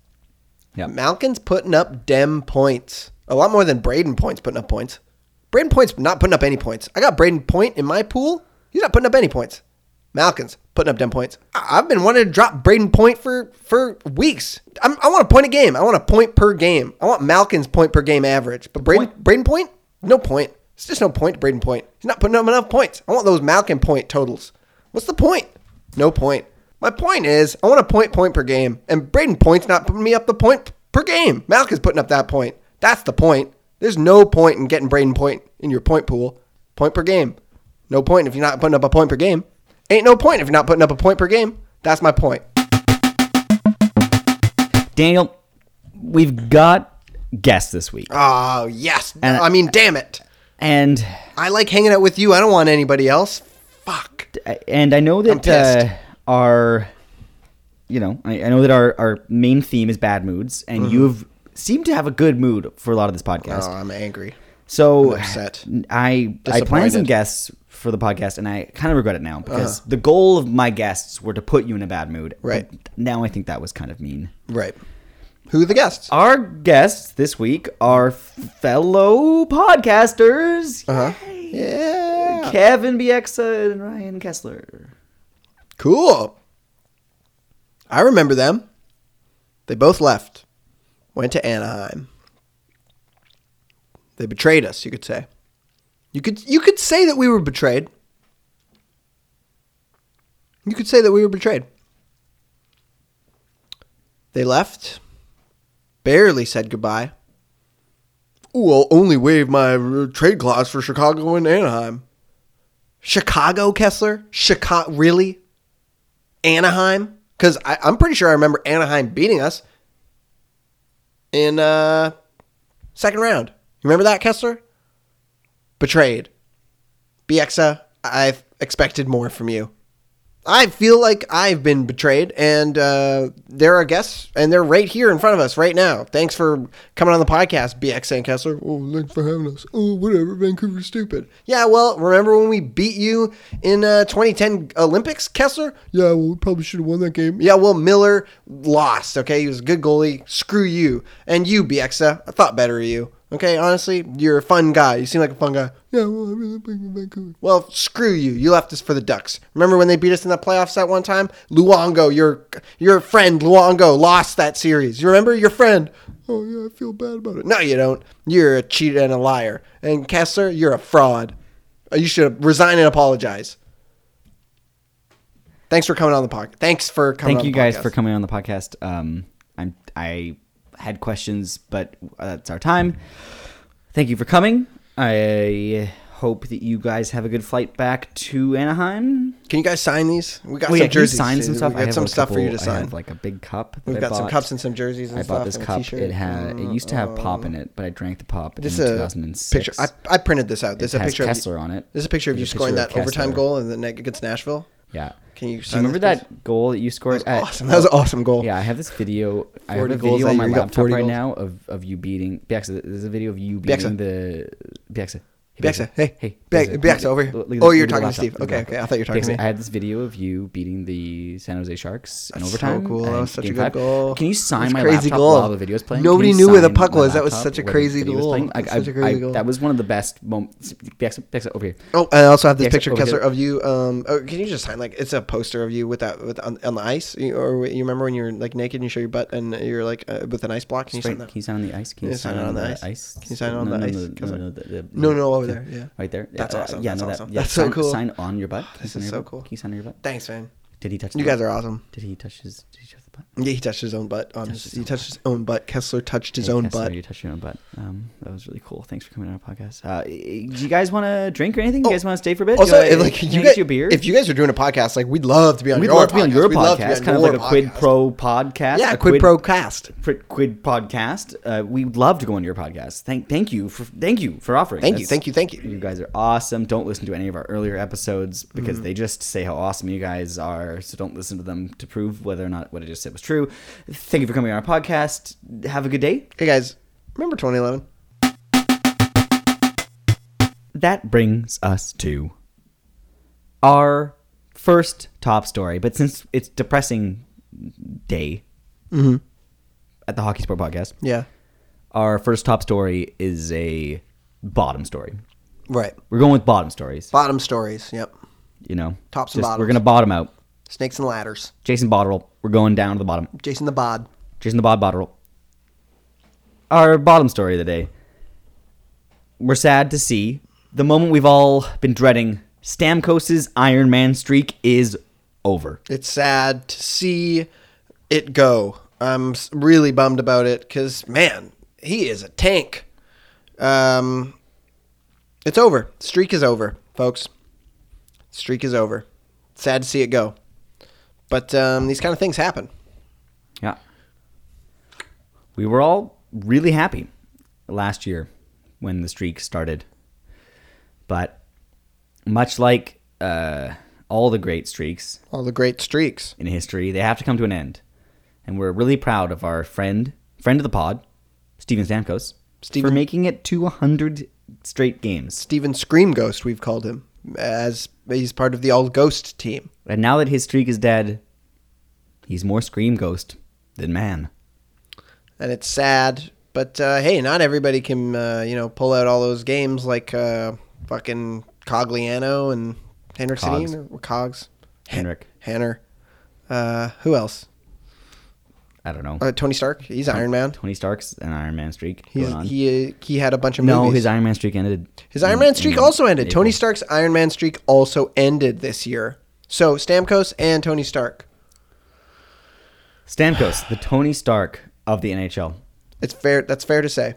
Speaker 2: Yeah.
Speaker 1: Malkin's putting up dem points. A lot more than Braden points putting up points. Braden points not putting up any points. I got Braden point in my pool. He's not putting up any points. Malkin's putting up dem points. I- I've been wanting to drop Braden point for for weeks. I'm, I want a point a game. I want a point per game. I want Malkin's point per game average. But Braden
Speaker 2: point-
Speaker 1: Braden point, no point. It's just no point. to Braden point. He's not putting up enough points. I want those Malkin point totals. What's the point? No point. My point is, I want a point point per game, and Braden points not putting me up the point per game. Malkin's putting up that point. That's the point. There's no point in getting Braden Point in your point pool. Point per game. No point if you're not putting up a point per game. Ain't no point if you're not putting up a point per game. That's my point.
Speaker 2: Daniel, we've got guests this week,
Speaker 1: Oh, yes.
Speaker 2: And-
Speaker 1: I mean, damn it.
Speaker 2: and
Speaker 1: I like hanging out with you. I don't want anybody else. Fuck.
Speaker 2: and I know that
Speaker 1: pissed.
Speaker 2: uh, our, you know, I, I know that our our main theme is bad moods, and you've seemed to have a good mood for a lot of this podcast.
Speaker 1: Oh, I'm angry.
Speaker 2: So
Speaker 1: I'm upset.
Speaker 2: I I planned
Speaker 1: Disappointed.
Speaker 2: some
Speaker 1: Uh-huh.
Speaker 2: guests for the podcast, and I kind of regret it now because the goal of my guests were to put you in a bad mood.
Speaker 1: Right.
Speaker 2: But now, I think that was kind of mean.
Speaker 1: Right. Who are the guests?
Speaker 2: Our guests this week are fellow podcasters,
Speaker 1: Uh-huh. Yeah.
Speaker 2: Kevin Bieksa and Ryan Kessler.
Speaker 1: Cool. I remember them. They both left, went to Anaheim. They betrayed us, you could say. You could you could say that we were betrayed. You could say that we were betrayed. They left, barely said goodbye. Ooh, I'll only waive my uh, trade clause for Chicago and Anaheim. Chicago, Kessler? Chicago, really? Anaheim? Because I'm pretty sure I remember Anaheim beating us in uh second round. You remember that, Kessler? Betrayed. BXA, I've expected more from you. I feel like I've been betrayed, and uh, there are guests, and they're right here in front of us right now. Thanks for coming on the podcast, BX and Kessler. Oh, thanks for having us. Oh, whatever, Vancouver's stupid. Yeah, well, remember when we beat you in uh, 2010 Olympics, Kessler? Yeah, well, we probably should have won that game. Yeah, well, Miller lost, okay? He was a good goalie. Screw you. And you, BXA, I thought better of you. Okay, honestly, you're a fun guy. You seem like a fun guy. Yeah, well, I really play for Vancouver. Well, screw you. You left us for the Ducks. Remember when they beat us in the playoffs that one time? Luongo, your your friend Luongo lost that series. You remember your friend? Oh yeah, I feel bad about it. No, you don't. You're a cheat and a liar. And Kessler, you're a fraud. Uh, You should resign and apologize. Thanks for coming on the podcast. Thanks for coming.
Speaker 2: Thank
Speaker 1: on
Speaker 2: you
Speaker 1: the
Speaker 2: guys
Speaker 1: podcast.
Speaker 2: for coming on the podcast. Um, I'm I had questions, but that's our time. Thank you for coming. I hope that you guys have a good flight back to Anaheim.
Speaker 1: Can you guys sign these? We got
Speaker 2: Oh,
Speaker 1: some
Speaker 2: yeah, can you
Speaker 1: jerseys.
Speaker 2: sign
Speaker 1: dude.
Speaker 2: some stuff.
Speaker 1: We got some
Speaker 2: a
Speaker 1: stuff for you to
Speaker 2: couple- I
Speaker 1: sign.
Speaker 2: have like a big cup. that
Speaker 1: We've
Speaker 2: I
Speaker 1: got some
Speaker 2: bought.
Speaker 1: cups and some jerseys and
Speaker 2: I
Speaker 1: stuff.
Speaker 2: bought this
Speaker 1: and a
Speaker 2: cup.
Speaker 1: t-shirt.
Speaker 2: It had. It used to have pop in it, but I drank the pop in
Speaker 1: This is a
Speaker 2: 2006.
Speaker 1: picture. I, I printed this out. There's
Speaker 2: It
Speaker 1: a
Speaker 2: has
Speaker 1: picture
Speaker 2: Kessler
Speaker 1: of,
Speaker 2: on it.
Speaker 1: There's a picture of you
Speaker 2: There's a
Speaker 1: scoring
Speaker 2: picture
Speaker 1: that
Speaker 2: of
Speaker 1: overtime
Speaker 2: Kessler.
Speaker 1: goal and then against Nashville.
Speaker 2: yeah.
Speaker 1: Can you
Speaker 2: Do you
Speaker 1: sign
Speaker 2: remember
Speaker 1: this, please?
Speaker 2: that goal that you scored?
Speaker 1: That was
Speaker 2: at-
Speaker 1: awesome. That was an awesome goal.
Speaker 2: Yeah, I have this video. I have
Speaker 1: 40
Speaker 2: a
Speaker 1: goals
Speaker 2: video
Speaker 1: that
Speaker 2: on my
Speaker 1: year, you got
Speaker 2: laptop
Speaker 1: 40
Speaker 2: right
Speaker 1: goals.
Speaker 2: now of, of you beating Biaxa. There's a video of you
Speaker 1: Bieksa.
Speaker 2: beating the Biaxa.
Speaker 1: Bieksa, hey.
Speaker 2: hey,
Speaker 1: Biek- Bieksa, over here.
Speaker 2: Look at
Speaker 1: Oh,
Speaker 2: this-
Speaker 1: you're
Speaker 2: look
Speaker 1: talking
Speaker 2: at the
Speaker 1: to
Speaker 2: laptop,
Speaker 1: Steve.
Speaker 2: look at the
Speaker 1: Okay, okay,
Speaker 2: laptop.
Speaker 1: I thought you were talking to
Speaker 2: Bieksa,
Speaker 1: me.
Speaker 2: I had this video of you beating the San Jose Sharks in
Speaker 1: That's
Speaker 2: overtime.
Speaker 1: So cool. That
Speaker 2: in
Speaker 1: was such a
Speaker 2: Game
Speaker 1: good
Speaker 2: Five.
Speaker 1: goal.
Speaker 2: Can you sign
Speaker 1: That's
Speaker 2: my
Speaker 1: crazy
Speaker 2: laptop
Speaker 1: goal.
Speaker 2: while the video's playing? Can
Speaker 1: Nobody
Speaker 2: you
Speaker 1: knew where the
Speaker 2: sign
Speaker 1: puck
Speaker 2: my
Speaker 1: was. That was
Speaker 2: laptop
Speaker 1: such a
Speaker 2: while the
Speaker 1: crazy
Speaker 2: video's
Speaker 1: goal.
Speaker 2: playing? I-
Speaker 1: That's such
Speaker 2: I-
Speaker 1: a crazy
Speaker 2: I-
Speaker 1: goal.
Speaker 2: That was one of the best moments. Biaxa, Biaxa, over here.
Speaker 1: Oh, and I also have this
Speaker 2: Bieksa,
Speaker 1: picture,
Speaker 2: over
Speaker 1: Kessler,
Speaker 2: here.
Speaker 1: of you. Um, oh, can you just sign like it's a poster of you with that with on, on the ice? You, or you remember when you were like naked and you show your butt and you're like uh, with an ice block? Can you sign
Speaker 2: Straight-
Speaker 1: that?
Speaker 2: Can you sign on the ice? Can you sign
Speaker 1: it
Speaker 2: on the ice?
Speaker 1: Can you sign it on
Speaker 2: No,
Speaker 1: the
Speaker 2: no,
Speaker 1: ice?
Speaker 2: no,
Speaker 1: Can I
Speaker 2: no,
Speaker 1: sign-
Speaker 2: no, the- the-
Speaker 1: No,
Speaker 2: the-
Speaker 1: no, over
Speaker 2: the-
Speaker 1: there, yeah.
Speaker 2: Right there. Yeah,
Speaker 1: That's
Speaker 2: uh,
Speaker 1: awesome,
Speaker 2: Yeah,
Speaker 1: that's
Speaker 2: no, that-
Speaker 1: awesome.
Speaker 2: yeah,
Speaker 1: That's so
Speaker 2: sign-
Speaker 1: cool.
Speaker 2: Sign on your butt. Can you
Speaker 1: This
Speaker 2: sign
Speaker 1: is
Speaker 2: on your
Speaker 1: so
Speaker 2: butt?
Speaker 1: cool.
Speaker 2: Can you sign on your butt?
Speaker 1: Thanks, man.
Speaker 2: Did he touch?
Speaker 1: You
Speaker 2: the-
Speaker 1: guys are awesome.
Speaker 2: Did he touch his? Did he touch the butt?
Speaker 1: Yeah, he touched his own butt. On his,
Speaker 2: his
Speaker 1: he
Speaker 2: own
Speaker 1: touched his own butt. Kessler touched his
Speaker 2: Hey,
Speaker 1: own
Speaker 2: Kessler,
Speaker 1: butt.
Speaker 2: You touched your own butt. Um, that was really cool. Thanks for coming on our podcast. Uh, do you guys want to drink or anything? You guys want to stay for a bit? Do
Speaker 1: Oh, Also,
Speaker 2: wanna-
Speaker 1: if, like
Speaker 2: can I
Speaker 1: you
Speaker 2: get
Speaker 1: guys,
Speaker 2: you a beer?
Speaker 1: if you guys are doing a podcast, like we'd love to be on
Speaker 2: We'd
Speaker 1: your
Speaker 2: love
Speaker 1: podcast.
Speaker 2: to be on your
Speaker 1: We'd love to be
Speaker 2: podcast,
Speaker 1: on
Speaker 2: kind of
Speaker 1: your
Speaker 2: like a quid
Speaker 1: podcast.
Speaker 2: pro podcast.
Speaker 1: Yeah, quid pro cast.
Speaker 2: pr- quid podcast. Uh, we'd love to go on your podcast. Thank thank you for thank you for offering.
Speaker 1: Thank you, thank you, thank you.
Speaker 2: You guys are awesome. Don't listen to any of our earlier episodes because
Speaker 1: Mm-hmm.
Speaker 2: they just say how awesome you guys are. So don't listen to them to prove whether or not what I just said was true. Thank you for coming on our podcast. Have a good day.
Speaker 1: Hey guys, remember 2011?
Speaker 2: That brings us to our first top story. But since it's depressing day
Speaker 1: Mm-hmm.
Speaker 2: at the Hockey Sport Podcast,
Speaker 1: Yeah,
Speaker 2: our first top story is a bottom story.
Speaker 1: right.
Speaker 2: We're going with bottom stories.
Speaker 1: Bottom stories. Yep.
Speaker 2: you know,
Speaker 1: Tops and
Speaker 2: We're
Speaker 1: bottoms.
Speaker 2: gonna bottom out.
Speaker 1: Snakes and ladders.
Speaker 2: Jason Botterill. We're going down to the bottom.
Speaker 1: Jason the Bod.
Speaker 2: Jason the Bod Botterill. Our bottom story of the day. We're sad to see the moment we've all been dreading. Stamkos's Iron Man streak is over.
Speaker 1: It's sad to see it go. I'm s- really bummed about it because man, he is a tank. Um, it's over. Streak is over, folks. Streak is over. Sad to see it go, but um, these kind of things happen.
Speaker 2: Yeah. We were all really happy last year when the streak started. But much like uh, all the great streaks
Speaker 1: All the great streaks.
Speaker 2: in history, they have to come to an end. And we're really proud of our friend, friend of the pod, Steven Stamkos,
Speaker 1: Steven-
Speaker 2: for making it to 100 straight games.
Speaker 1: Steven Scream Ghost, we've called him, as he's part of the all ghost team.
Speaker 2: And now that his streak is dead, he's more Scream Ghost than man.
Speaker 1: and it's sad. But uh, hey, not everybody can uh, you know pull out all those games like uh, fucking Cogliano and Henderson or Cogs,
Speaker 2: Henrik.
Speaker 1: Hanner. Uh, who else?
Speaker 2: I don't know.
Speaker 1: Uh, Tony Stark. He's Iron Man.
Speaker 2: Tony Stark's an Iron Man streak.
Speaker 1: He's,
Speaker 2: going on.
Speaker 1: he uh, he had a bunch of
Speaker 2: No,
Speaker 1: movies.
Speaker 2: his Iron Man streak ended.
Speaker 1: His Iron
Speaker 2: in-
Speaker 1: Man streak
Speaker 2: in
Speaker 1: also ended. Tony
Speaker 2: April.
Speaker 1: Stark's Iron Man streak also ended this year. So Stamkos and Tony Stark.
Speaker 2: Stamkos, the Tony Stark of the NHL.
Speaker 1: It's fair. That's fair to say.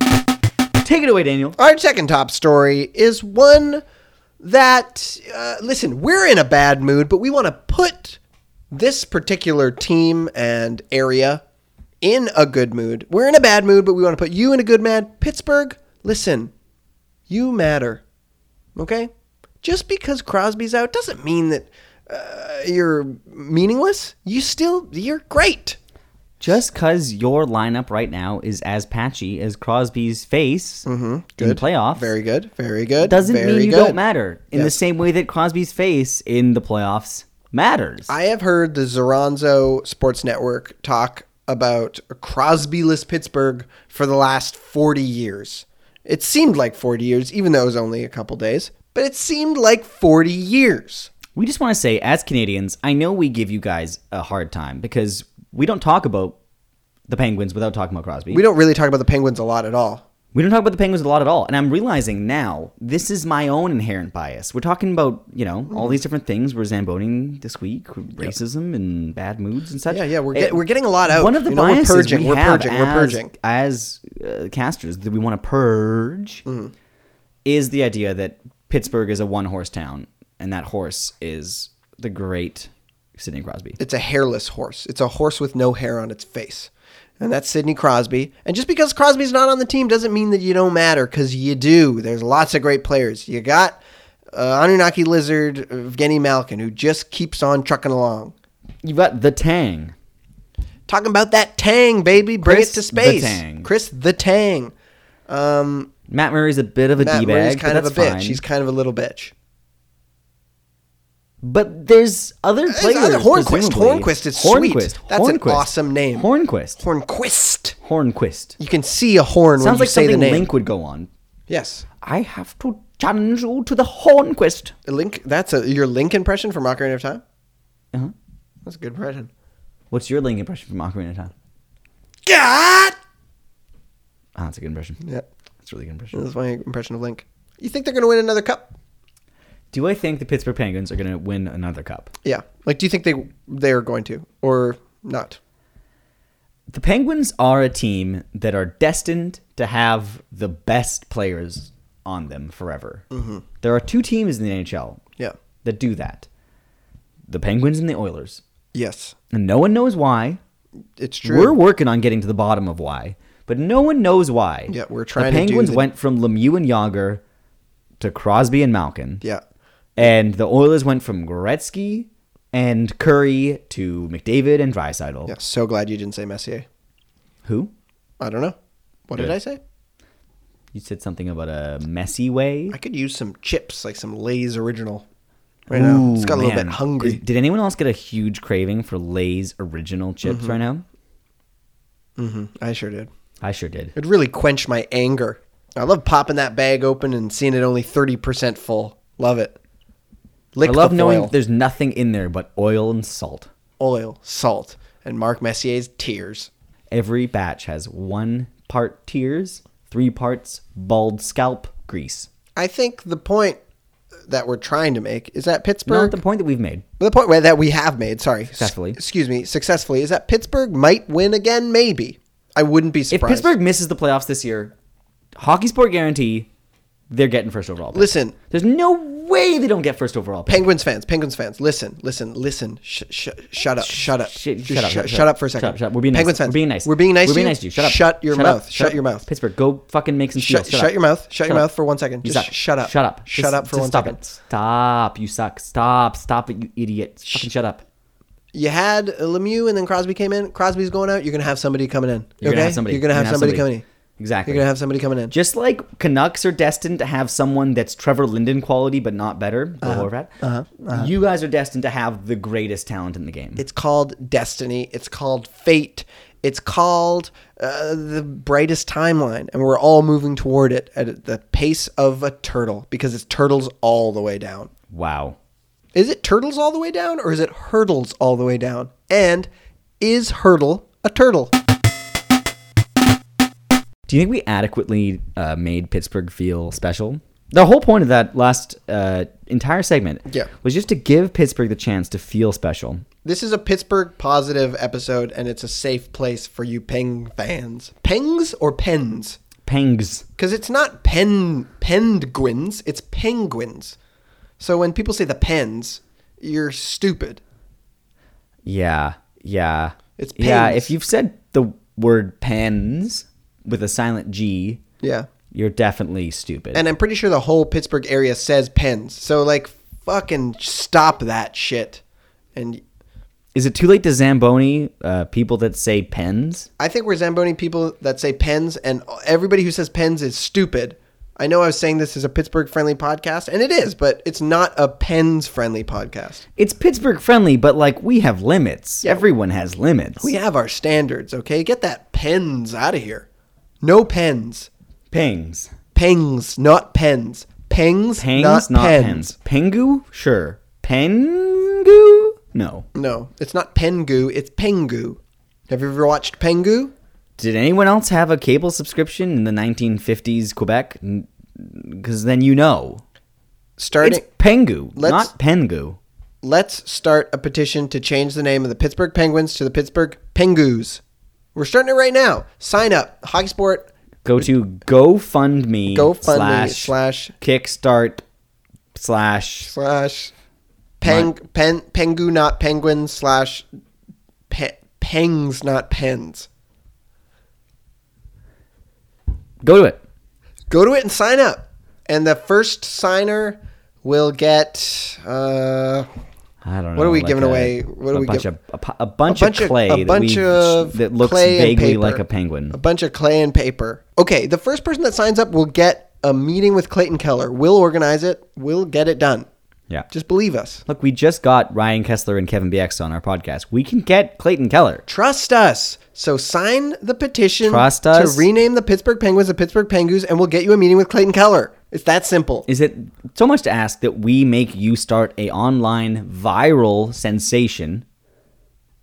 Speaker 2: Take it away, Daniel.
Speaker 1: Our second top story is one that, uh, listen, we're in a bad mood, but we want to put this particular team and area in a good mood. We're in a bad mood, but we want to put you in a good mood. Pittsburgh, listen, you matter. Okay? Just because Crosby's out doesn't mean that uh, you're meaningless. You still, you're great.
Speaker 2: Just because your lineup right now is as patchy as Crosby's face in the playoffs
Speaker 1: Very Mm-hmm. good. Very good.
Speaker 2: doesn't
Speaker 1: very
Speaker 2: mean you
Speaker 1: good.
Speaker 2: don't matter. In the
Speaker 1: Yes.
Speaker 2: same way that Crosby's face in the playoffs matters.
Speaker 1: I have heard the Zoranzo Sports Network talk about Crosby-less Pittsburgh for the last 40 years. It seemed like 40 years, even though it was only a couple days, but it seemed like 40 years.
Speaker 2: We just want to say, as Canadians, I know we give you guys a hard time because we don't talk about the Penguins without talking about Crosby.
Speaker 1: We don't really talk about the Penguins a lot at all.
Speaker 2: We don't talk about the Penguins a lot at all, and I'm realizing now this is my own inherent bias. We're talking about you know all these different things we're zamboning this week, racism and bad moods and such. Eh,
Speaker 1: Yeah, yeah, we're get- we're getting a lot out.
Speaker 2: One of the
Speaker 1: You know, we're
Speaker 2: biases
Speaker 1: purging,
Speaker 2: we
Speaker 1: we're
Speaker 2: have
Speaker 1: purging, we're
Speaker 2: as-
Speaker 1: purging.
Speaker 2: as uh, casters that we want to purge
Speaker 1: Mm-hmm.
Speaker 2: is the idea that Pittsburgh is a one horse town, and that horse is the great Sidney Crosby.
Speaker 1: It's a hairless horse. It's a horse with no hair on its face. And that's Sidney Crosby. And just because Crosby's not on the team doesn't mean that you don't matter, because you do. There's lots of great players. You got uh, Anunnaki Lizard, Evgeny Malkin, who just keeps on trucking along.
Speaker 2: You've got the Tang.
Speaker 1: Talking about that Tang, baby. Bring
Speaker 2: Chris
Speaker 1: it to space.
Speaker 2: the Tang.
Speaker 1: Chris the Tang. Um,
Speaker 2: Matt Murray's a bit of a
Speaker 1: Matt
Speaker 2: d
Speaker 1: Murray's
Speaker 2: bag.
Speaker 1: kind of a bitch.
Speaker 2: Fine.
Speaker 1: He's kind of a little bitch.
Speaker 2: But there's other
Speaker 1: There's
Speaker 2: players.
Speaker 1: other- Hornquist.
Speaker 2: presumably.
Speaker 1: Hornquist is
Speaker 2: Hornquist.
Speaker 1: sweet. That's an
Speaker 2: Hornquist.
Speaker 1: awesome name.
Speaker 2: Hornquist.
Speaker 1: Hornquist.
Speaker 2: Hornquist.
Speaker 1: You can see a horn when
Speaker 2: Sounds
Speaker 1: you
Speaker 2: like
Speaker 1: say the
Speaker 2: something
Speaker 1: name.
Speaker 2: Link would go on.
Speaker 1: Yes.
Speaker 2: I have to challenge you to the Hornquist.
Speaker 1: Link. That's a your Link impression from Ocarina of Time.
Speaker 2: Uh-huh.
Speaker 1: That's a good impression.
Speaker 2: What's your Link impression from Ocarina of Time?
Speaker 1: God.
Speaker 2: Ah, that's a good impression.
Speaker 1: Yep.
Speaker 2: That's a really good impression.
Speaker 1: That's my impression of Link. You think they're gonna win another cup?
Speaker 2: Do I think the Pittsburgh Penguins are going to win another cup?
Speaker 1: Yeah. Like, do you think they they are going to or not?
Speaker 2: The Penguins are a team that are destined to have the best players on them forever.
Speaker 1: Mm-hmm.
Speaker 2: There are two teams in the NHL
Speaker 1: Yeah.
Speaker 2: that do that the Penguins and the Oilers.
Speaker 1: Yes.
Speaker 2: And no one knows why.
Speaker 1: It's true.
Speaker 2: We're working on getting to the bottom of why, but no one knows why.
Speaker 1: Yeah, we're trying to
Speaker 2: The
Speaker 1: do
Speaker 2: Penguins
Speaker 1: the-
Speaker 2: went from Lemieux and Yager to Crosby and Malkin.
Speaker 1: yeah.
Speaker 2: And the Oilers went from Gretzky and Curry to McDavid and Drysidel.
Speaker 1: Yeah. So glad you didn't say Messier.
Speaker 2: Who?
Speaker 1: I don't know. What did
Speaker 2: Yeah.
Speaker 1: I say?
Speaker 2: You said something about a messy way.
Speaker 1: I could use some chips, like some Lay's original. Right now, it's
Speaker 2: Ooh,
Speaker 1: got a little
Speaker 2: man.
Speaker 1: bit hungry.
Speaker 2: Did, did anyone else get a huge craving for Lay's original
Speaker 1: Mm-hmm.
Speaker 2: chips right now?
Speaker 1: I sure did.
Speaker 2: I sure did.
Speaker 1: It really quenched my anger. I love popping that bag open and seeing it only thirty percent full. Love it. Lick
Speaker 2: I love
Speaker 1: the
Speaker 2: knowing
Speaker 1: foil.
Speaker 2: that there's nothing in there but oil and salt.
Speaker 1: oil, salt, and Mark Messier's tears.
Speaker 2: Every batch has one part tears, three parts bald scalp grease.
Speaker 1: I think the point that we're trying to make is that Pittsburgh,
Speaker 2: Not the point that we've made.
Speaker 1: the point where- that we have made, sorry,
Speaker 2: Successfully.
Speaker 1: s- excuse me, successfully, is that Pittsburgh might win again. Maybe I wouldn't be
Speaker 2: If
Speaker 1: surprised.
Speaker 2: Pittsburgh misses the playoffs this year, Hockey Sport Guarantee, they're getting first overall. pick.
Speaker 1: Listen.
Speaker 2: there's no way they don't get first overall. Pick.
Speaker 1: Penguins fans, Penguins fans, listen, listen, listen. Sh- sh- shut up, shut up,
Speaker 2: Shit,
Speaker 1: Just
Speaker 2: shut up,
Speaker 1: sh-
Speaker 2: shut up,
Speaker 1: shut up for a
Speaker 2: shut
Speaker 1: second.
Speaker 2: up, shut up. We're being nice.
Speaker 1: Penguins fans,
Speaker 2: We're being nice.
Speaker 1: We're being nice.
Speaker 2: We're being
Speaker 1: to
Speaker 2: nice to you. Shut up.
Speaker 1: Shut your
Speaker 2: Shut up.
Speaker 1: mouth.
Speaker 2: Shut
Speaker 1: Shut,
Speaker 2: up.
Speaker 1: your mouth.
Speaker 2: Pittsburgh, go fucking make some
Speaker 1: Shut-
Speaker 2: steals.
Speaker 1: shut
Speaker 2: up.
Speaker 1: your mouth. Shut your
Speaker 2: up.
Speaker 1: mouth for one second.
Speaker 2: You
Speaker 1: Just
Speaker 2: suck.
Speaker 1: shut up.
Speaker 2: Shut up.
Speaker 1: Shut
Speaker 2: Just-
Speaker 1: up for
Speaker 2: just
Speaker 1: one
Speaker 2: stop
Speaker 1: second.
Speaker 2: It. Stop. You suck. Stop. Stop it, you idiot. Fucking shut up.
Speaker 1: You had uh, Lemieux and then Crosby came in. Crosby's going out. You're gonna have somebody coming in.
Speaker 2: You're
Speaker 1: okay?
Speaker 2: gonna have somebody.
Speaker 1: You're gonna have somebody, coming in.
Speaker 2: Exactly.
Speaker 1: You're gonna have somebody coming in.
Speaker 2: Just like Canucks are destined to have someone that's Trevor Linden quality but not better, Bo
Speaker 1: Uh-huh.
Speaker 2: Horvat, you guys are destined to have the greatest talent in the game.
Speaker 1: It's called destiny. It's called fate. It's called uh, the brightest timeline, and we're all moving toward it at the pace of a turtle because it's turtles all the way down.
Speaker 2: wow.
Speaker 1: Is it turtles all the way down, or is it hurdles all the way down? And is hurdle a turtle?
Speaker 2: Do you think we adequately uh, made Pittsburgh feel special? The whole point of that last uh, entire segment
Speaker 1: Yeah.
Speaker 2: was just to give Pittsburgh the chance to feel special.
Speaker 1: This is a Pittsburgh positive episode, and it's a safe place for you Peng fans. Pengs or pens?
Speaker 2: Pangs.
Speaker 1: Because it's not pen penguins, it's penguins. So when people say the pens, you're stupid.
Speaker 2: Yeah, yeah.
Speaker 1: It's
Speaker 2: yeah.
Speaker 1: pens.
Speaker 2: If you've said the word pens with a silent G,
Speaker 1: Yeah.
Speaker 2: you're definitely stupid.
Speaker 1: And I'm pretty sure the whole Pittsburgh area says pens. So like fucking stop that shit. And
Speaker 2: Is it too late to Zamboni uh, people that say pens?
Speaker 1: I think we're Zamboni people that say pens, and everybody who says pens is stupid. I know I was saying this is a Pittsburgh friendly podcast, and it is, but it's not a pens friendly podcast.
Speaker 2: It's Pittsburgh friendly, but like we have limits. Everyone has limits.
Speaker 1: We have our standards, okay? Get that pens out of here. No pens.
Speaker 2: Pings.
Speaker 1: Pengs, not pens. Pengs,
Speaker 2: Pangs,
Speaker 1: not, pens.
Speaker 2: Pengu? Sure. Pengu? No.
Speaker 1: No, it's not Pengu, it's Pengu. Have you ever watched Pengu?
Speaker 2: Did anyone else have a cable subscription in the 1950s Quebec? Because then you know.
Speaker 1: Starting,
Speaker 2: It's Pengu,
Speaker 1: Let's-
Speaker 2: not Pengu.
Speaker 1: let's start a petition to change the name of the Pittsburgh Penguins to the Pittsburgh Pengus. We're starting it right now. Sign up, Hockey Sport.
Speaker 2: Go to GoFundMe,
Speaker 1: GoFundMe
Speaker 2: slash,
Speaker 1: slash-
Speaker 2: Kickstart slash
Speaker 1: slash peng pen pengu not penguins slash pe, pengs not pens.
Speaker 2: go to it.
Speaker 1: Go to it and sign up, and the first signer will get uh,
Speaker 2: I don't know.
Speaker 1: What are we
Speaker 2: like
Speaker 1: giving
Speaker 2: a-
Speaker 1: away? What
Speaker 2: a
Speaker 1: are we
Speaker 2: bunch
Speaker 1: give-
Speaker 2: of a, pu- a bunch, of clay.
Speaker 1: a bunch
Speaker 2: that, we-
Speaker 1: of
Speaker 2: that looks
Speaker 1: clay and
Speaker 2: vaguely
Speaker 1: paper.
Speaker 2: like a penguin.
Speaker 1: A bunch of clay and paper. Okay, the first person that signs up will get a meeting with Clayton Keller. We'll organize it. We'll get it done.
Speaker 2: Yeah.
Speaker 1: Just believe us.
Speaker 2: Look, we just got Ryan Kessler and Kevin BX on our podcast. We can get Clayton Keller.
Speaker 1: Trust us. So sign the petition
Speaker 2: Trust us?
Speaker 1: to rename the Pittsburgh Penguins the Pittsburgh Penguins, and we'll get you a meeting with Clayton Keller. It's that simple.
Speaker 2: Is it so much to ask that we make you start a online viral sensation,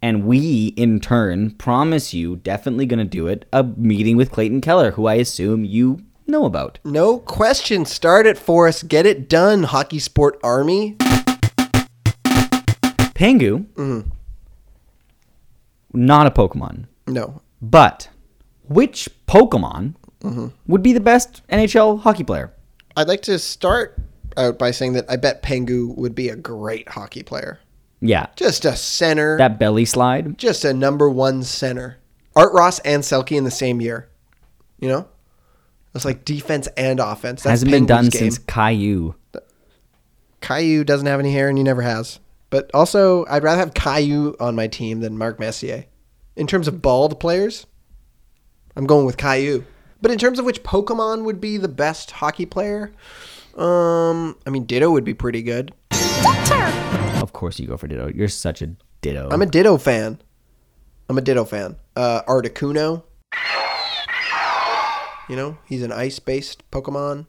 Speaker 2: and we in turn promise you, definitely going to do it, a meeting with Clayton Keller, who I assume you know about.
Speaker 1: no question. Start it for us. Get it done, Hockey Sport Army.
Speaker 2: Pangu, not a Pokemon.
Speaker 1: No.
Speaker 2: But which Pokemon would be the best NHL hockey player?
Speaker 1: I'd like to start out by saying that I bet Pengu would be a great hockey player.
Speaker 2: Yeah.
Speaker 1: Just a center.
Speaker 2: That belly slide.
Speaker 1: just a number one center. Art Ross and Selke in the same year. You know? It's like defense and offense. That's
Speaker 2: Hasn't been done
Speaker 1: Penguins' game.
Speaker 2: since Caillou.
Speaker 1: Caillou doesn't have any hair and he never has. But also, I'd rather have Caillou on my team than Mark Messier. In terms of bald players, I'm going with Caillou. But in terms of which Pokemon would be the best hockey player, um, I mean, Ditto would be pretty good.
Speaker 2: Of course you go for Ditto. You're such a Ditto.
Speaker 1: I'm a Ditto fan. I'm a Ditto fan. Uh, Articuno. You know, he's an ice-based Pokemon.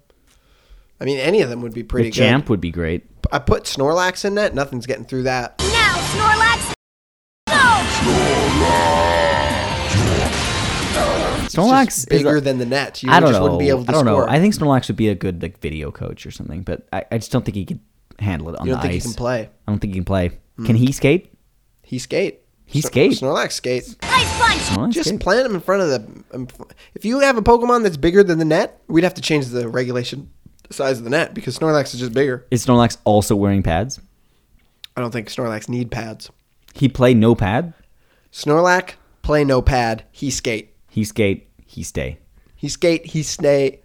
Speaker 1: I mean, any of them would be pretty good.
Speaker 2: Champ would be great.
Speaker 1: I put Snorlax in that. Nothing's getting through that.
Speaker 5: Now, Snorlax, go!
Speaker 2: Snorlax is
Speaker 1: Just bigger
Speaker 2: a-
Speaker 1: than the net. You
Speaker 2: I don't
Speaker 1: just
Speaker 2: know.
Speaker 1: wouldn't be able to
Speaker 2: I don't
Speaker 1: score.
Speaker 2: know. I think Snorlax would be a good like video coach or something, but I, I just don't think he could handle it on
Speaker 1: you
Speaker 2: the
Speaker 1: don't think
Speaker 2: ice.
Speaker 1: he can play.
Speaker 2: I don't think he can play. Can he skate?
Speaker 1: He skate.
Speaker 2: He skates.
Speaker 1: Hmm. Snorlax skates.
Speaker 5: Ice punch!
Speaker 2: Snorlax
Speaker 1: Just
Speaker 2: skates.
Speaker 1: plant them in front of the. um, If you have a Pokemon that's bigger than the net, we'd have to change the regulation size of the net because Snorlax is just bigger.
Speaker 2: Is Snorlax also wearing pads?
Speaker 1: I don't think Snorlax need pads.
Speaker 2: He play no pad.
Speaker 1: Snorlax play no pad. He skate.
Speaker 2: He skate. He stay.
Speaker 1: He skate. He snay.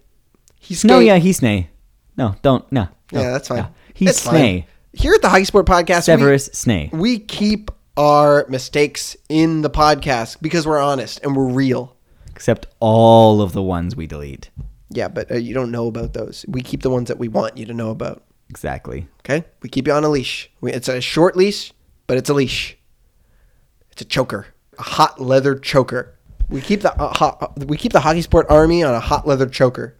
Speaker 1: He skate.
Speaker 2: No, yeah, he snay. No, don't. No. no,
Speaker 1: yeah, that's fine.
Speaker 2: no. He
Speaker 1: It's fine.
Speaker 2: snay.
Speaker 1: Here at the High Sport Podcast, we-
Speaker 2: Severus snay.
Speaker 1: we keep our mistakes in the podcast because we're honest and we're real.
Speaker 2: Except all of the ones we delete.
Speaker 1: Yeah, but uh, you don't know about those. We keep the ones that we want you to know about.
Speaker 2: Exactly.
Speaker 1: Okay, we keep you on a leash. We, it's a short leash, but it's a leash. It's a choker, a hot leather choker. We keep the uh, hot, we keep the hockey sport army on a hot leather choker.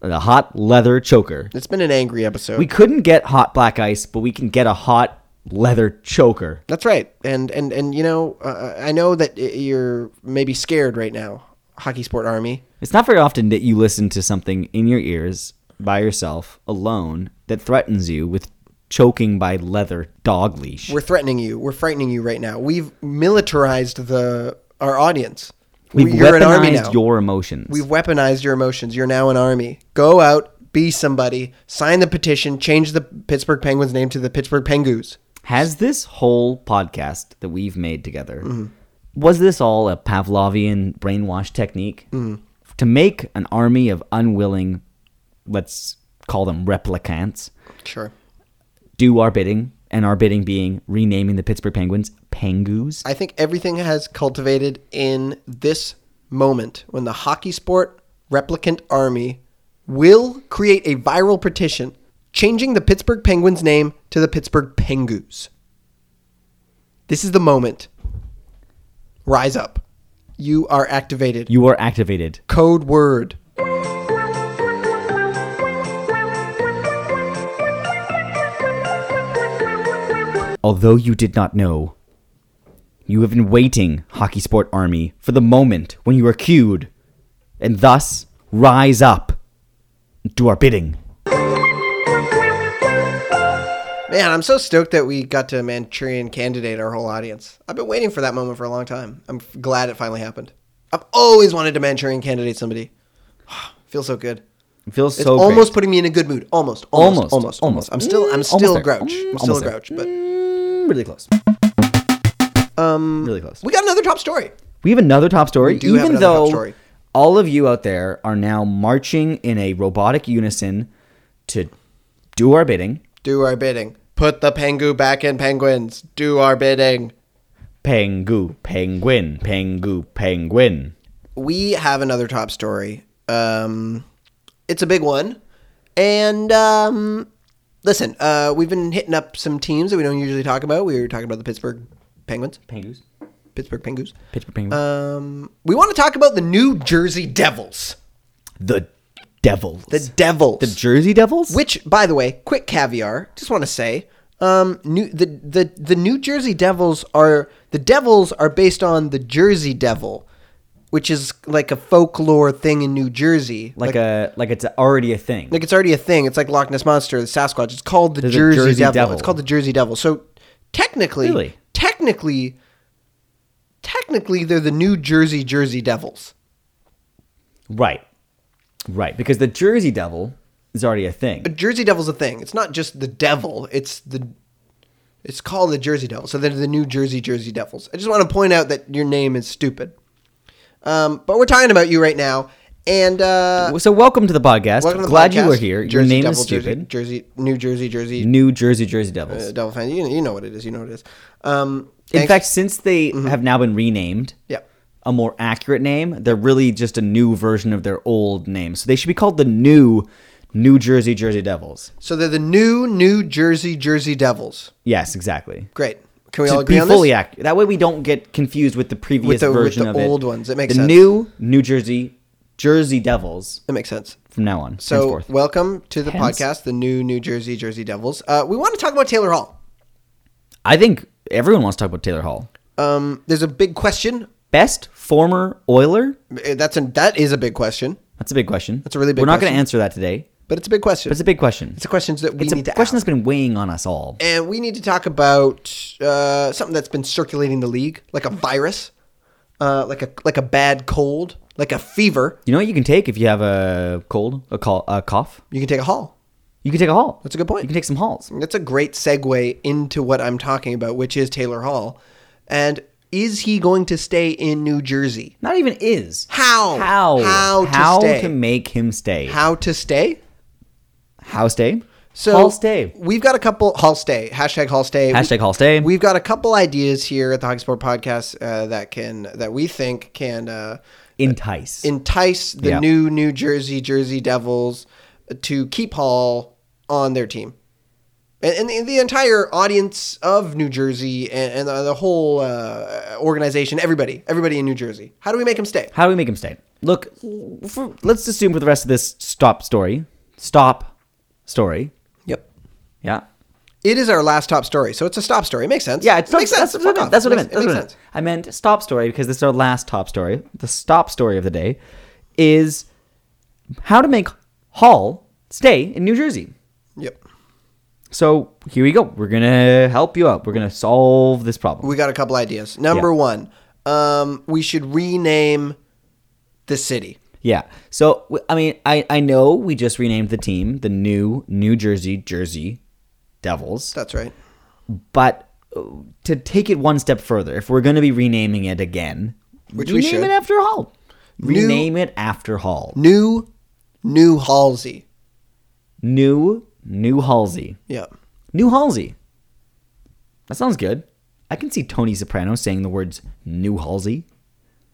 Speaker 2: The hot leather choker.
Speaker 1: It's been an angry episode.
Speaker 2: We couldn't get hot black ice, but we can get a hot leather choker.
Speaker 1: That's right. And and and you know, uh, I know that y- you're maybe scared right now, hockey sport army.
Speaker 2: It's not very often that you listen to something in your ears by yourself, alone, that threatens you with choking by leather dog leash.
Speaker 1: We're threatening you. We're frightening you right now. We've militarized the our audience.
Speaker 2: We've
Speaker 1: We- you're
Speaker 2: weaponized
Speaker 1: an army now.
Speaker 2: your emotions.
Speaker 1: We've weaponized your emotions. You're now an army. Go out, be somebody, sign the petition, change the Pittsburgh Penguins name to the Pittsburgh Pengoos.
Speaker 2: Has this whole podcast that we've made together
Speaker 1: Mm-hmm.
Speaker 2: was this all a Pavlovian brainwash technique
Speaker 1: Mm-hmm.
Speaker 2: to make an army of unwilling, let's call them replicants,
Speaker 1: Sure.
Speaker 2: do our bidding, and our bidding being renaming the Pittsburgh Penguins Pengoos?
Speaker 1: I think everything has cultivated in this moment when the hockey sport replicant army will create a viral petition changing the Pittsburgh Penguins name to the Pittsburgh Pengoos. This is the moment. Rise up. You are activated.
Speaker 2: you are activated.
Speaker 1: Code word.
Speaker 2: Although you did not know, you have been waiting, Hockey Sport Army, for the moment when you are cued, and thus rise up, and do our bidding.
Speaker 1: Man, I'm so stoked that we got to Manchurian Candidate our whole audience. I've been waiting for that moment for a long time. I'm f- glad it finally happened. I've always wanted to Manchurian Candidate somebody. Feels so good.
Speaker 2: It feels
Speaker 1: It's
Speaker 2: so great.
Speaker 1: almost putting me in a good mood. Almost, almost, almost, almost. I'm still, I'm
Speaker 2: Mm,
Speaker 1: still
Speaker 2: almost
Speaker 1: a
Speaker 2: there.
Speaker 1: grouch.
Speaker 2: Mm,
Speaker 1: I'm still a
Speaker 2: almost there.
Speaker 1: grouch. But
Speaker 2: Mm, really close. Um, really close.
Speaker 1: we got another top story.
Speaker 2: We have another top story.
Speaker 1: do have
Speaker 2: even
Speaker 1: another
Speaker 2: though
Speaker 1: top story.
Speaker 2: all of you out there are now marching in a robotic unison to do our bidding,
Speaker 1: Do our bidding. Put the pengu back in penguins. Do our bidding.
Speaker 2: pengu, penguin, pengu, penguin.
Speaker 1: we have another top story. Um, it's a big one, and um, listen, uh, we've been hitting up some teams that we don't usually talk about. We were talking about the Pittsburgh Penguins,
Speaker 2: Pengus.
Speaker 1: Pittsburgh Penguins.
Speaker 2: Pittsburgh Penguins.
Speaker 1: Um, we want to talk about the New Jersey Devils,
Speaker 2: the Devils.
Speaker 1: the Devils,
Speaker 2: The Jersey Devils?
Speaker 1: which, by the way, quick caviar. Just want to say, um, new the, the the New Jersey Devils are the Devils are based on the Jersey Devil, which is like a folklore thing in New Jersey,
Speaker 2: like, a like it's already a thing.
Speaker 1: Like it's already a thing. It's like Loch Ness monster, the Sasquatch. It's called the
Speaker 2: There's a
Speaker 1: Jersey,
Speaker 2: Jersey
Speaker 1: Devil.
Speaker 2: Devil.
Speaker 1: It's called the Jersey Devil. So technically,
Speaker 2: Really?
Speaker 1: technically, technically, they're the New Jersey Jersey Devils.
Speaker 2: right. Right. Because the Jersey Devil is already a thing.
Speaker 1: But Jersey Devil's a thing. It's not just the devil. It's the it's called the Jersey Devil. So they're the New Jersey Jersey Devils. I just want to point out that your name is stupid. Um, but we're talking about you right now, and uh,
Speaker 2: so welcome to the podcast.
Speaker 1: welcome to the
Speaker 2: Glad you
Speaker 1: podcast.
Speaker 2: were here. Your
Speaker 1: Jersey
Speaker 2: name
Speaker 1: Devil,
Speaker 2: is stupid.
Speaker 1: Jersey, Jersey New Jersey Jersey
Speaker 2: New Jersey Jersey Devils.
Speaker 1: uh, Devil fan. You, you know what it is. You know what it is. Um,
Speaker 2: In
Speaker 1: thanks- Mm-hmm.
Speaker 2: fact, since they have now been renamed,
Speaker 1: Yep.
Speaker 2: a more accurate name, they're really just a new version of their old name. So they should be called the new New Jersey Jersey Devils.
Speaker 1: so they're the new New Jersey Jersey Devils.
Speaker 2: Yes, exactly.
Speaker 1: Great. Can we all
Speaker 2: To
Speaker 1: agree
Speaker 2: be
Speaker 1: on
Speaker 2: fully
Speaker 1: this?
Speaker 2: accurate. That way we don't get confused with the previous
Speaker 1: With the- with
Speaker 2: version
Speaker 1: the
Speaker 2: of it.
Speaker 1: old ones. It makes
Speaker 2: the
Speaker 1: sense.
Speaker 2: new New Jersey Jersey Devils
Speaker 1: That makes sense.
Speaker 2: from now on.
Speaker 1: So
Speaker 2: henceforth.
Speaker 1: welcome to the
Speaker 2: Hence.
Speaker 1: podcast, the new New Jersey Jersey Devils. Uh, we want to talk about Taylor Hall.
Speaker 2: I think everyone wants to talk about Taylor Hall,
Speaker 1: Um, there's a big question.
Speaker 2: best former Oiler.
Speaker 1: Uh, That's a, that is a big question.
Speaker 2: That's a big question.
Speaker 1: That's a really big
Speaker 2: We're not going
Speaker 1: question.
Speaker 2: to answer that today.
Speaker 1: But it's a big question.
Speaker 2: But it's a big question.
Speaker 1: It's a question that we
Speaker 2: It's a
Speaker 1: need to
Speaker 2: question
Speaker 1: ask.
Speaker 2: that's been weighing on us all.
Speaker 1: and we need to talk about uh, something that's been circulating the league, like a virus, uh, like a like a bad cold, like a fever.
Speaker 2: You know what you can take if you have a cold, a, call, a cough?
Speaker 1: You can take a haul.
Speaker 2: You can take a haul.
Speaker 1: That's a good point.
Speaker 2: You can take some hauls.
Speaker 1: That's a great segue into what I'm talking about, which is Taylor Hall, and is he going to stay in New Jersey?
Speaker 2: Not even is.
Speaker 1: How?
Speaker 2: How?
Speaker 1: How to stay.
Speaker 2: to make him stay.
Speaker 1: How to stay?
Speaker 2: How stay?
Speaker 1: So
Speaker 2: Hall stay.
Speaker 1: We've got a couple Hall stay hashtag Hall stay
Speaker 2: Hashtag Hall stay.
Speaker 1: We've got a couple ideas here at the Hockey Sport Podcast uh, that can that we think can uh,
Speaker 2: Entice.
Speaker 1: entice the
Speaker 2: Yeah.
Speaker 1: new New Jersey Jersey Devils to keep Hall on their team, and, and, the, the entire audience of New Jersey and, and the, the whole uh, organization, everybody, everybody in New Jersey. How do we make them stay?
Speaker 2: How do we make him stay? Look, for, let's assume for the rest of this stop story, stop story.
Speaker 1: Yep.
Speaker 2: Yeah.
Speaker 1: It is our last top story, so it's a stop story. It makes sense.
Speaker 2: Yeah, it's
Speaker 1: makes
Speaker 2: that's,
Speaker 1: sense.
Speaker 2: That's,
Speaker 1: Fuck
Speaker 2: what I
Speaker 1: off.
Speaker 2: meant. That's what I
Speaker 1: It
Speaker 2: meant. That's
Speaker 1: makes-
Speaker 2: what I
Speaker 1: it
Speaker 2: meant.
Speaker 1: makes sense.
Speaker 2: I meant stop story because this is our last top story. The stop story of the day is how to make Hall stay in New Jersey.
Speaker 1: Yep.
Speaker 2: So here we go. We're gonna help you out. We're gonna solve this problem.
Speaker 1: We got a couple ideas. Number
Speaker 2: Yeah.
Speaker 1: one, um, we should rename the city.
Speaker 2: Yeah. So w- I mean, I I know we just renamed the team the new New Jersey Jersey Devils.
Speaker 1: That's right.
Speaker 2: but uh, to take it one step further, if we're going to be renaming it again,
Speaker 1: Which we
Speaker 2: rename
Speaker 1: should.
Speaker 2: it after Hall. Rename it after Hall.
Speaker 1: New, New Halsey.
Speaker 2: New New Halsey.
Speaker 1: Yep.
Speaker 2: New Halsey. That sounds good. I can see Tony Soprano saying the words New Halsey,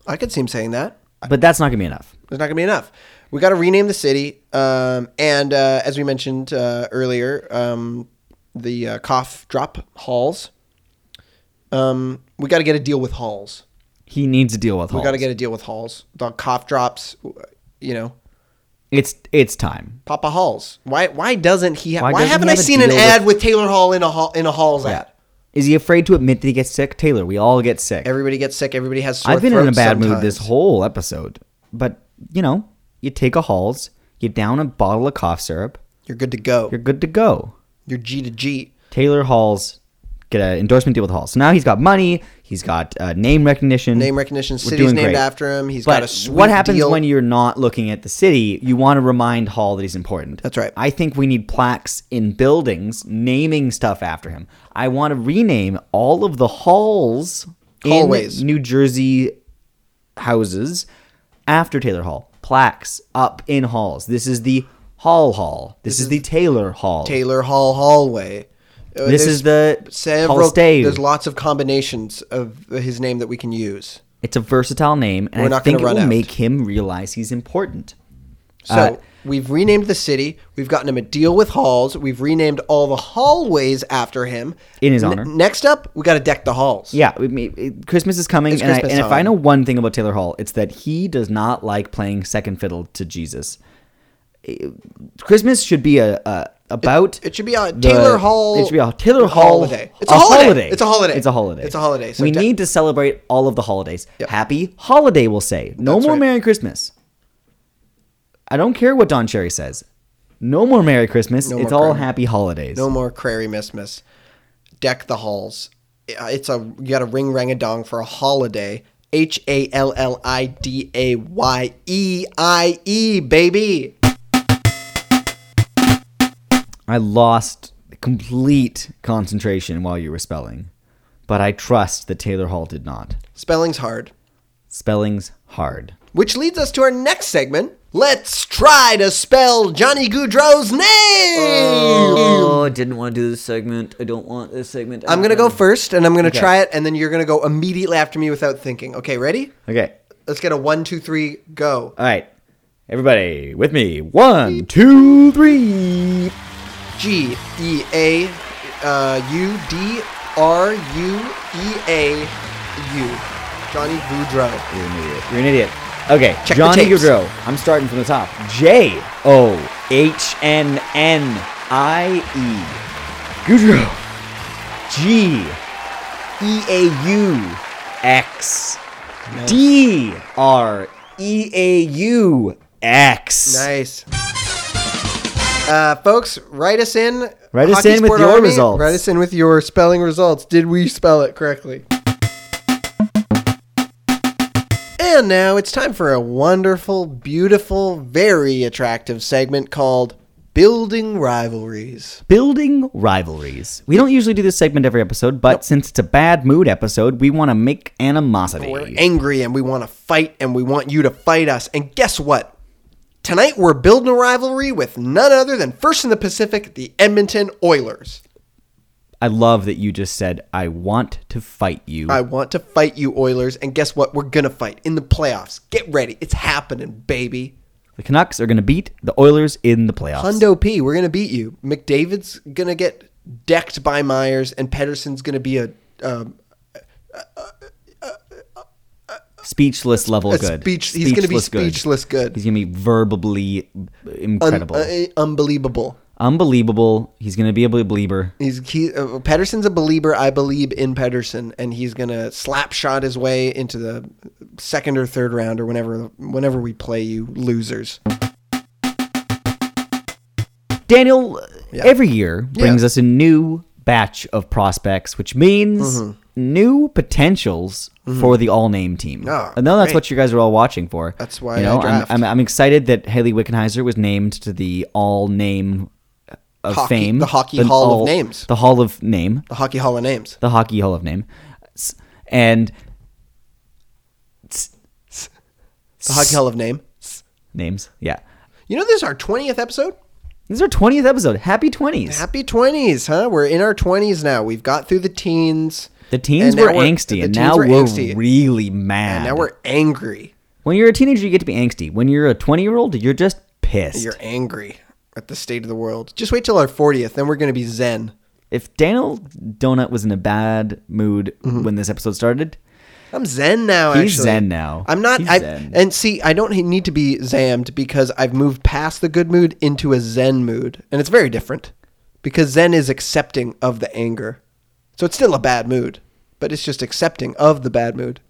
Speaker 1: I could see him saying that.
Speaker 2: but that's not going to be enough.
Speaker 1: There's not gonna be enough. We got to rename the city. Um, and uh, as we mentioned uh, earlier, um, the uh, cough drop halls. Um, we got to get a deal with halls.
Speaker 2: He needs to deal with Hall.
Speaker 1: We got to get a deal with halls. The cough drops. You know,
Speaker 2: It's it's time.
Speaker 1: Papa Halls. Why? Why doesn't he? Ha-
Speaker 2: Why
Speaker 1: why
Speaker 2: doesn't he
Speaker 1: haven't I
Speaker 2: have a
Speaker 1: seen an
Speaker 2: deal with-
Speaker 1: ad with Taylor Hall in a hall in a Halls ad?
Speaker 2: Is he afraid to admit that he gets sick? Taylor, we all get sick.
Speaker 1: Everybody gets sick. Everybody has. Sore
Speaker 2: I've been in a
Speaker 1: throats
Speaker 2: bad mood
Speaker 1: sometimes.
Speaker 2: this whole episode, but you know, you take a Halls, you down a bottle of cough syrup,
Speaker 1: You're good to go.
Speaker 2: you're good to go.
Speaker 1: You're G to G.
Speaker 2: Taylor Hall's get an endorsement deal with Hall. So now he's got money, he's got uh, name recognition,
Speaker 1: Name recognition.
Speaker 2: We're
Speaker 1: City's
Speaker 2: doing
Speaker 1: named
Speaker 2: great.
Speaker 1: after him. He's
Speaker 2: But
Speaker 1: got a sweet
Speaker 2: what happens
Speaker 1: deal.
Speaker 2: when you're not looking at the city? You want to remind Hall that he's important.
Speaker 1: That's right.
Speaker 2: I think we need plaques in buildings naming stuff after him. I want to rename all of the halls
Speaker 1: Hallways.
Speaker 2: in New Jersey houses after Taylor Hall. Plaques up in halls. This is the Hall Hall. This, is, the Taylor Hall.
Speaker 1: Taylor Hall hallway. Uh,
Speaker 2: This is the
Speaker 1: several.
Speaker 2: Hall Stave.
Speaker 1: There's lots of combinations of his name that we can use.
Speaker 2: It's a versatile name, and
Speaker 1: We're
Speaker 2: I
Speaker 1: not
Speaker 2: think
Speaker 1: gonna
Speaker 2: it
Speaker 1: run
Speaker 2: will
Speaker 1: out.
Speaker 2: make him realize he's important.
Speaker 1: So
Speaker 2: Uh,
Speaker 1: we've renamed the city. We've gotten him a deal with halls. We've renamed all the hallways after him
Speaker 2: In his
Speaker 1: Ne-
Speaker 2: honor.
Speaker 1: next up, we got to deck the halls.
Speaker 2: Yeah, I mean, it- Christmas is coming,
Speaker 1: It's
Speaker 2: and, I-
Speaker 1: Christmas
Speaker 2: and if I
Speaker 1: time.
Speaker 2: know one thing about Taylor Hall, it's that he does not like playing second fiddle to Jesus. Eh, Christmas should be a, a about
Speaker 1: it should be a Taylor Hall-
Speaker 2: It should be a Taylor
Speaker 1: a
Speaker 2: Hall
Speaker 1: holiday. It's a holiday. It's a holiday.
Speaker 2: It's a holiday.
Speaker 1: It's a holiday, so
Speaker 2: we
Speaker 1: de-
Speaker 2: need to celebrate all of the holidays.
Speaker 1: Yep.
Speaker 2: Happy holiday, we'll say. No
Speaker 1: That's
Speaker 2: more
Speaker 1: right.
Speaker 2: Merry Christmas. I don't care what Don Cherry says. No more Merry Christmas.
Speaker 1: No
Speaker 2: it's
Speaker 1: more
Speaker 2: all
Speaker 1: Christmas.
Speaker 2: Happy Holidays.
Speaker 1: No more Crary Missmas. Deck the halls. Uh, It's a you got a ring rang a dong for a holiday. H A L L I D A Y E I E baby.
Speaker 2: I lost complete concentration while you were spelling, but I trust that Taylor Hall did not.
Speaker 1: Spelling's hard.
Speaker 2: Spelling's hard.
Speaker 1: Which leads us to our next segment. Let's try to spell Johnny Goudreau's name.
Speaker 2: Oh, I didn't want to do this segment. I don't want this segment.
Speaker 1: I'm gonna go first, and I'm gonna try it, and then you're gonna go immediately after me without thinking. Okay, ready?
Speaker 2: Okay.
Speaker 1: Let's get a one, two, three, go.
Speaker 2: All right. Everybody with me. One, two, three.
Speaker 1: G E A uh, U D R U E A U. Johnny Goudreau.
Speaker 2: You're an idiot. You're an idiot. Okay.
Speaker 1: Check the
Speaker 2: Johnny
Speaker 1: tapes.
Speaker 2: Gaudreau. I'm starting from the top. J O H N N I E. Gaudreau. G E A U X D R E A U X.
Speaker 1: Nice. Uh, folks, write us in.
Speaker 2: Write us
Speaker 1: Hockey
Speaker 2: in with
Speaker 1: Sport
Speaker 2: your results.
Speaker 1: Write us in with your spelling results. Did we spell it correctly? And now it's time for a wonderful, beautiful, very attractive segment called Building Rivalries.
Speaker 2: Building rivalries. We don't usually do this segment every episode, but since it's a bad mood episode, we want to make animosity.
Speaker 1: We're angry and we want to fight and we want you to fight us. And guess what? Tonight we're building a rivalry with none other than first in the Pacific, the Edmonton Oilers.
Speaker 2: I love that you just said, I want to fight you.
Speaker 1: I want to fight you, Oilers. And guess what? We're going to fight in the playoffs. Get ready. It's happening, baby.
Speaker 2: the Canucks are going to beat the Oilers in the playoffs.
Speaker 1: Hundo P, we're going to beat you. McDavid's going to get decked by Myers, and Pedersen's going to be a, um,
Speaker 2: Speechless level
Speaker 1: a
Speaker 2: good.
Speaker 1: speech. He's going to be speechless good.
Speaker 2: He's going to be verbally
Speaker 1: Un-
Speaker 2: incredible.
Speaker 1: uh, unbelievable.
Speaker 2: Unbelievable. He's going to be a believer.
Speaker 1: He's he, uh, Pedersen's a believer. I believe in Pedersen, and he's gonna slap shot his way into the second or third round or whenever whenever we play you losers.
Speaker 2: Daniel, every year brings us a new batch of prospects, which means
Speaker 1: Mm-hmm.
Speaker 2: new potentials for the all name team.
Speaker 1: Oh,
Speaker 2: and I know that's
Speaker 1: great.
Speaker 2: what you guys are all watching for.
Speaker 1: That's why
Speaker 2: you
Speaker 1: I
Speaker 2: know I'm,
Speaker 1: draft.
Speaker 2: I'm, I'm excited that Haley Wickenheiser was named to the all name of
Speaker 1: Hockey-
Speaker 2: fame,
Speaker 1: the Hockey Hall of Names.
Speaker 2: the Hall of Name,
Speaker 1: The Hockey Hall of Names.
Speaker 2: the Hockey Hall of Name, S- and
Speaker 1: The Hockey Hall of Name.
Speaker 2: names. Yeah,
Speaker 1: You know, this is our twentieth episode.
Speaker 2: this is our twentieth episode. Happy twenties.
Speaker 1: Happy twenties, huh? We're in our twenties now. We've got through the teens.
Speaker 2: the teens
Speaker 1: and now
Speaker 2: were
Speaker 1: we're-
Speaker 2: angsty,
Speaker 1: the
Speaker 2: and
Speaker 1: teens
Speaker 2: now
Speaker 1: were
Speaker 2: we're,
Speaker 1: angsty.
Speaker 2: really mad.
Speaker 1: And now we're angry.
Speaker 2: When you're a teenager, you get to be angsty. When you're a 20 year old, you're just pissed.
Speaker 1: You're angry at the state of the world. Just wait till our fortieth, then we're gonna be zen.
Speaker 2: if Daniel Donut was in a bad mood
Speaker 1: Mm-hmm.
Speaker 2: when this episode started,
Speaker 1: I'm zen now.
Speaker 2: He's
Speaker 1: actually.
Speaker 2: zen now.
Speaker 1: I'm not.
Speaker 2: He's
Speaker 1: I
Speaker 2: zen.
Speaker 1: and see, I don't he- need to be zammed because I've moved past the good mood into a zen mood, and it's very different because zen is accepting of the anger. So it's still a bad mood, but it's just accepting of the bad mood.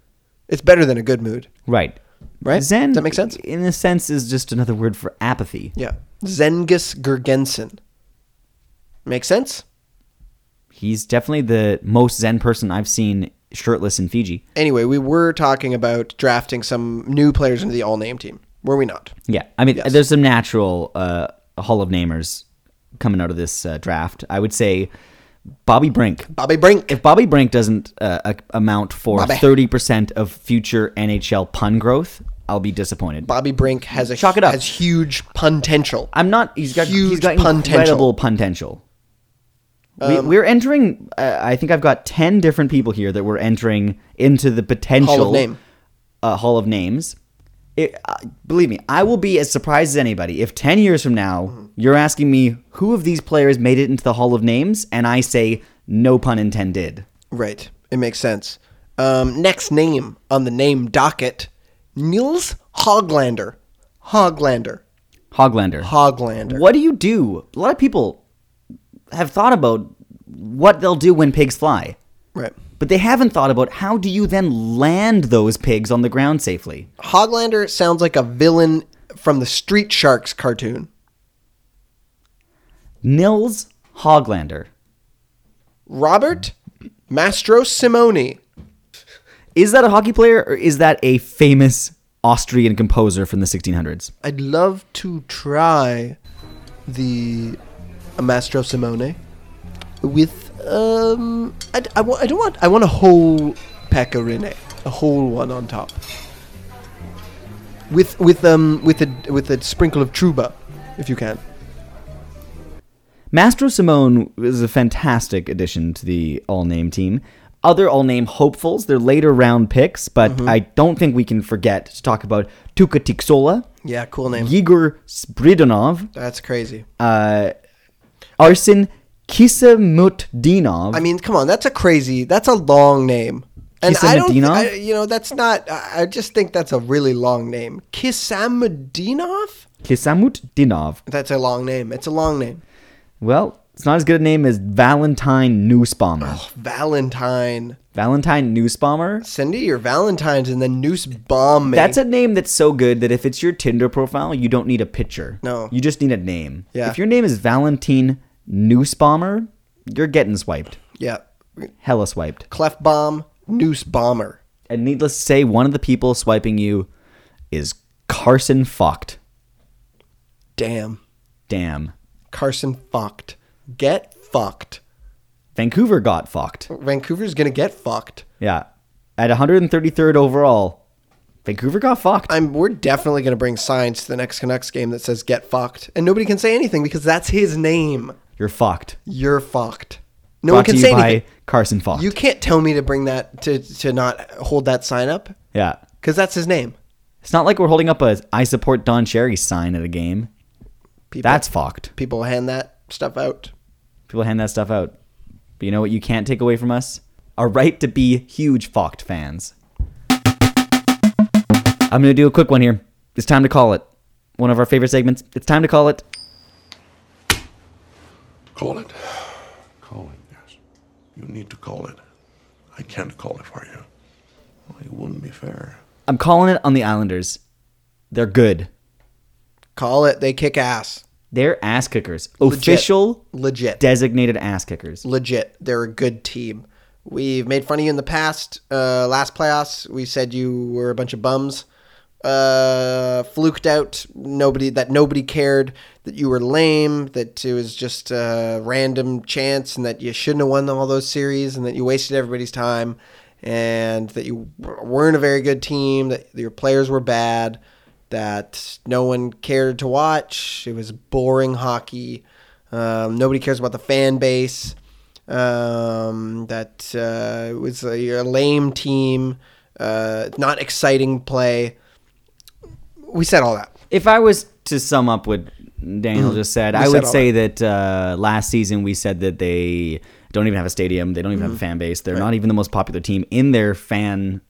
Speaker 1: It's better than a good mood,
Speaker 2: right.
Speaker 1: right?
Speaker 2: Zen.
Speaker 1: Does that make sense?
Speaker 2: In a sense, is just another word for apathy.
Speaker 1: Yeah. Zengis Gergensen. Make sense?
Speaker 2: He's definitely the most Zen person I've seen shirtless in Fiji.
Speaker 1: Anyway, we were talking about drafting some new players into the all name team. Were we not?
Speaker 2: Yeah. I mean, there's some natural uh, Hall of Namers coming out of this uh, draft. I would say Bobby Brink.
Speaker 1: Bobby Brink.
Speaker 2: If Bobby Brink doesn't uh, a- amount for
Speaker 1: Bobby.
Speaker 2: thirty percent of future NHL pun growth, I'll be disappointed.
Speaker 1: Bobby Brink has a
Speaker 2: Chalk it up.
Speaker 1: has huge potential.
Speaker 2: I'm not. He's got
Speaker 1: Huge
Speaker 2: he's got
Speaker 1: potential.
Speaker 2: incredible potential.
Speaker 1: Um,
Speaker 2: we, we're entering. Uh, I think I've got ten different people here that we're entering into the potential
Speaker 1: Name.
Speaker 2: uh, Hall of Names. It, uh, believe me, I will be as surprised as anybody if ten years from now
Speaker 1: Mm-hmm.
Speaker 2: you're asking me who of these players made it into the Hall of Names, and I say no pun intended.
Speaker 1: Right. It makes sense. Um, next name on the name docket Nils Hoglander. Hoglander.
Speaker 2: Hoglander.
Speaker 1: Hoglander.
Speaker 2: What do you do? A lot of people have thought about what they'll do when pigs fly,
Speaker 1: Right.
Speaker 2: but they haven't thought about how do you then land those pigs on the ground safely.
Speaker 1: Hoglander sounds like a villain from the Street Sharks cartoon.
Speaker 2: Nils Hoglander.
Speaker 1: Robert Mastro Simone.
Speaker 2: Is that a hockey player or is that a famous Austrian composer from the 1600s?
Speaker 1: I'd love to try the Mastro Simone with um. I, I, wa- I don't want. I want a whole pecorine, a whole one on top. With with um with a with a sprinkle of truba, if you can.
Speaker 2: Mastro Simone is a fantastic addition to the all name team. Other all name hopefuls, they're later round picks, but
Speaker 1: Mm-hmm.
Speaker 2: I don't think we can forget to talk about Tuka Tiksola,
Speaker 1: Yeah, cool name.
Speaker 2: Yegor Spridonov, uh,
Speaker 1: That's crazy.
Speaker 2: Ah. Arsen Kisamutdinov.
Speaker 1: I mean, come on, that's a crazy. That's a long name. And I don't,
Speaker 2: Kisamadinov?
Speaker 1: I, you know, that's not. I I just think that's a really long name. Kisamadinov.
Speaker 2: Kisamutdinov.
Speaker 1: That's a long name. It's a long name. Oh.
Speaker 2: Well, it's not as good a name as Valentine Newsbomber.
Speaker 1: Valentine.
Speaker 2: Valentine Newsbomber.
Speaker 1: Send your Valentine's and then noose bomb me.
Speaker 2: That's a name that's so good that if it's your Tinder profile, you don't need a picture.
Speaker 1: No.
Speaker 2: You just need a name.
Speaker 1: Yeah.
Speaker 2: If your name is Valentine Newsbomber, you're getting swiped.
Speaker 1: yeah.
Speaker 2: Hella swiped.
Speaker 1: Clef bomb, noose bomber.
Speaker 2: And needless to say, one of the people swiping you is Carson Fucked.
Speaker 1: Damn.
Speaker 2: Damn.
Speaker 1: Carson fucked. Get fucked.
Speaker 2: Vancouver got fucked.
Speaker 1: Vancouver's gonna get fucked.
Speaker 2: Yeah. At 133rd overall, Vancouver got fucked.
Speaker 1: I'm. We're definitely gonna bring science to the next Canucks game that says "get fucked," and nobody can say anything because that's his name.
Speaker 2: You're fucked.
Speaker 1: You're fucked. No one
Speaker 2: Brought
Speaker 1: can
Speaker 2: to
Speaker 1: say
Speaker 2: you by
Speaker 1: anything.
Speaker 2: Carson Fucked.
Speaker 1: You can't tell me to bring that to to not hold that sign up
Speaker 2: yeah.
Speaker 1: because that's his name.
Speaker 2: It's not like we're holding up a I support Don Cherry sign at a game.
Speaker 1: People,
Speaker 2: That's fucked.
Speaker 1: people hand that stuff out.
Speaker 2: People hand that stuff out. But you know what you can't take away from us? Our right to be huge fucked fans. I'm going to do a quick one here. It's time to call it. One of our favorite segments. It's time to call it.
Speaker 4: Call it. Call it, yes. You need to call it. I can't call it for you. It wouldn't be fair.
Speaker 2: I'm calling it on the Islanders. They're good.
Speaker 1: Call it. They kick ass.
Speaker 2: They're ass kickers.
Speaker 1: Legit.
Speaker 2: Official
Speaker 1: Legit.
Speaker 2: designated ass kickers.
Speaker 1: legit. They're a good team. We've made fun of you in the past. Uh, last playoffs, we said you were a bunch of bums, uh, fluked out. Nobody that nobody cared that you were lame. That it was just a random chance, and that you shouldn't have won all those series, and that you wasted everybody's time, and that you w- weren't a very good team. That your players were bad. That no one cared to watch. It was boring hockey. Um, nobody cares about the fan base. Um, that uh, it was a, you're a lame team, uh, not exciting play. We said all that.
Speaker 2: If I was to sum up what Daniel just said, I
Speaker 1: Mm-hmm. said
Speaker 2: would
Speaker 1: all
Speaker 2: say that, uh, last season we said that they don't even have a stadium. They don't
Speaker 1: Mm-hmm.
Speaker 2: even have a fan base. They're not even the most popular team in their fan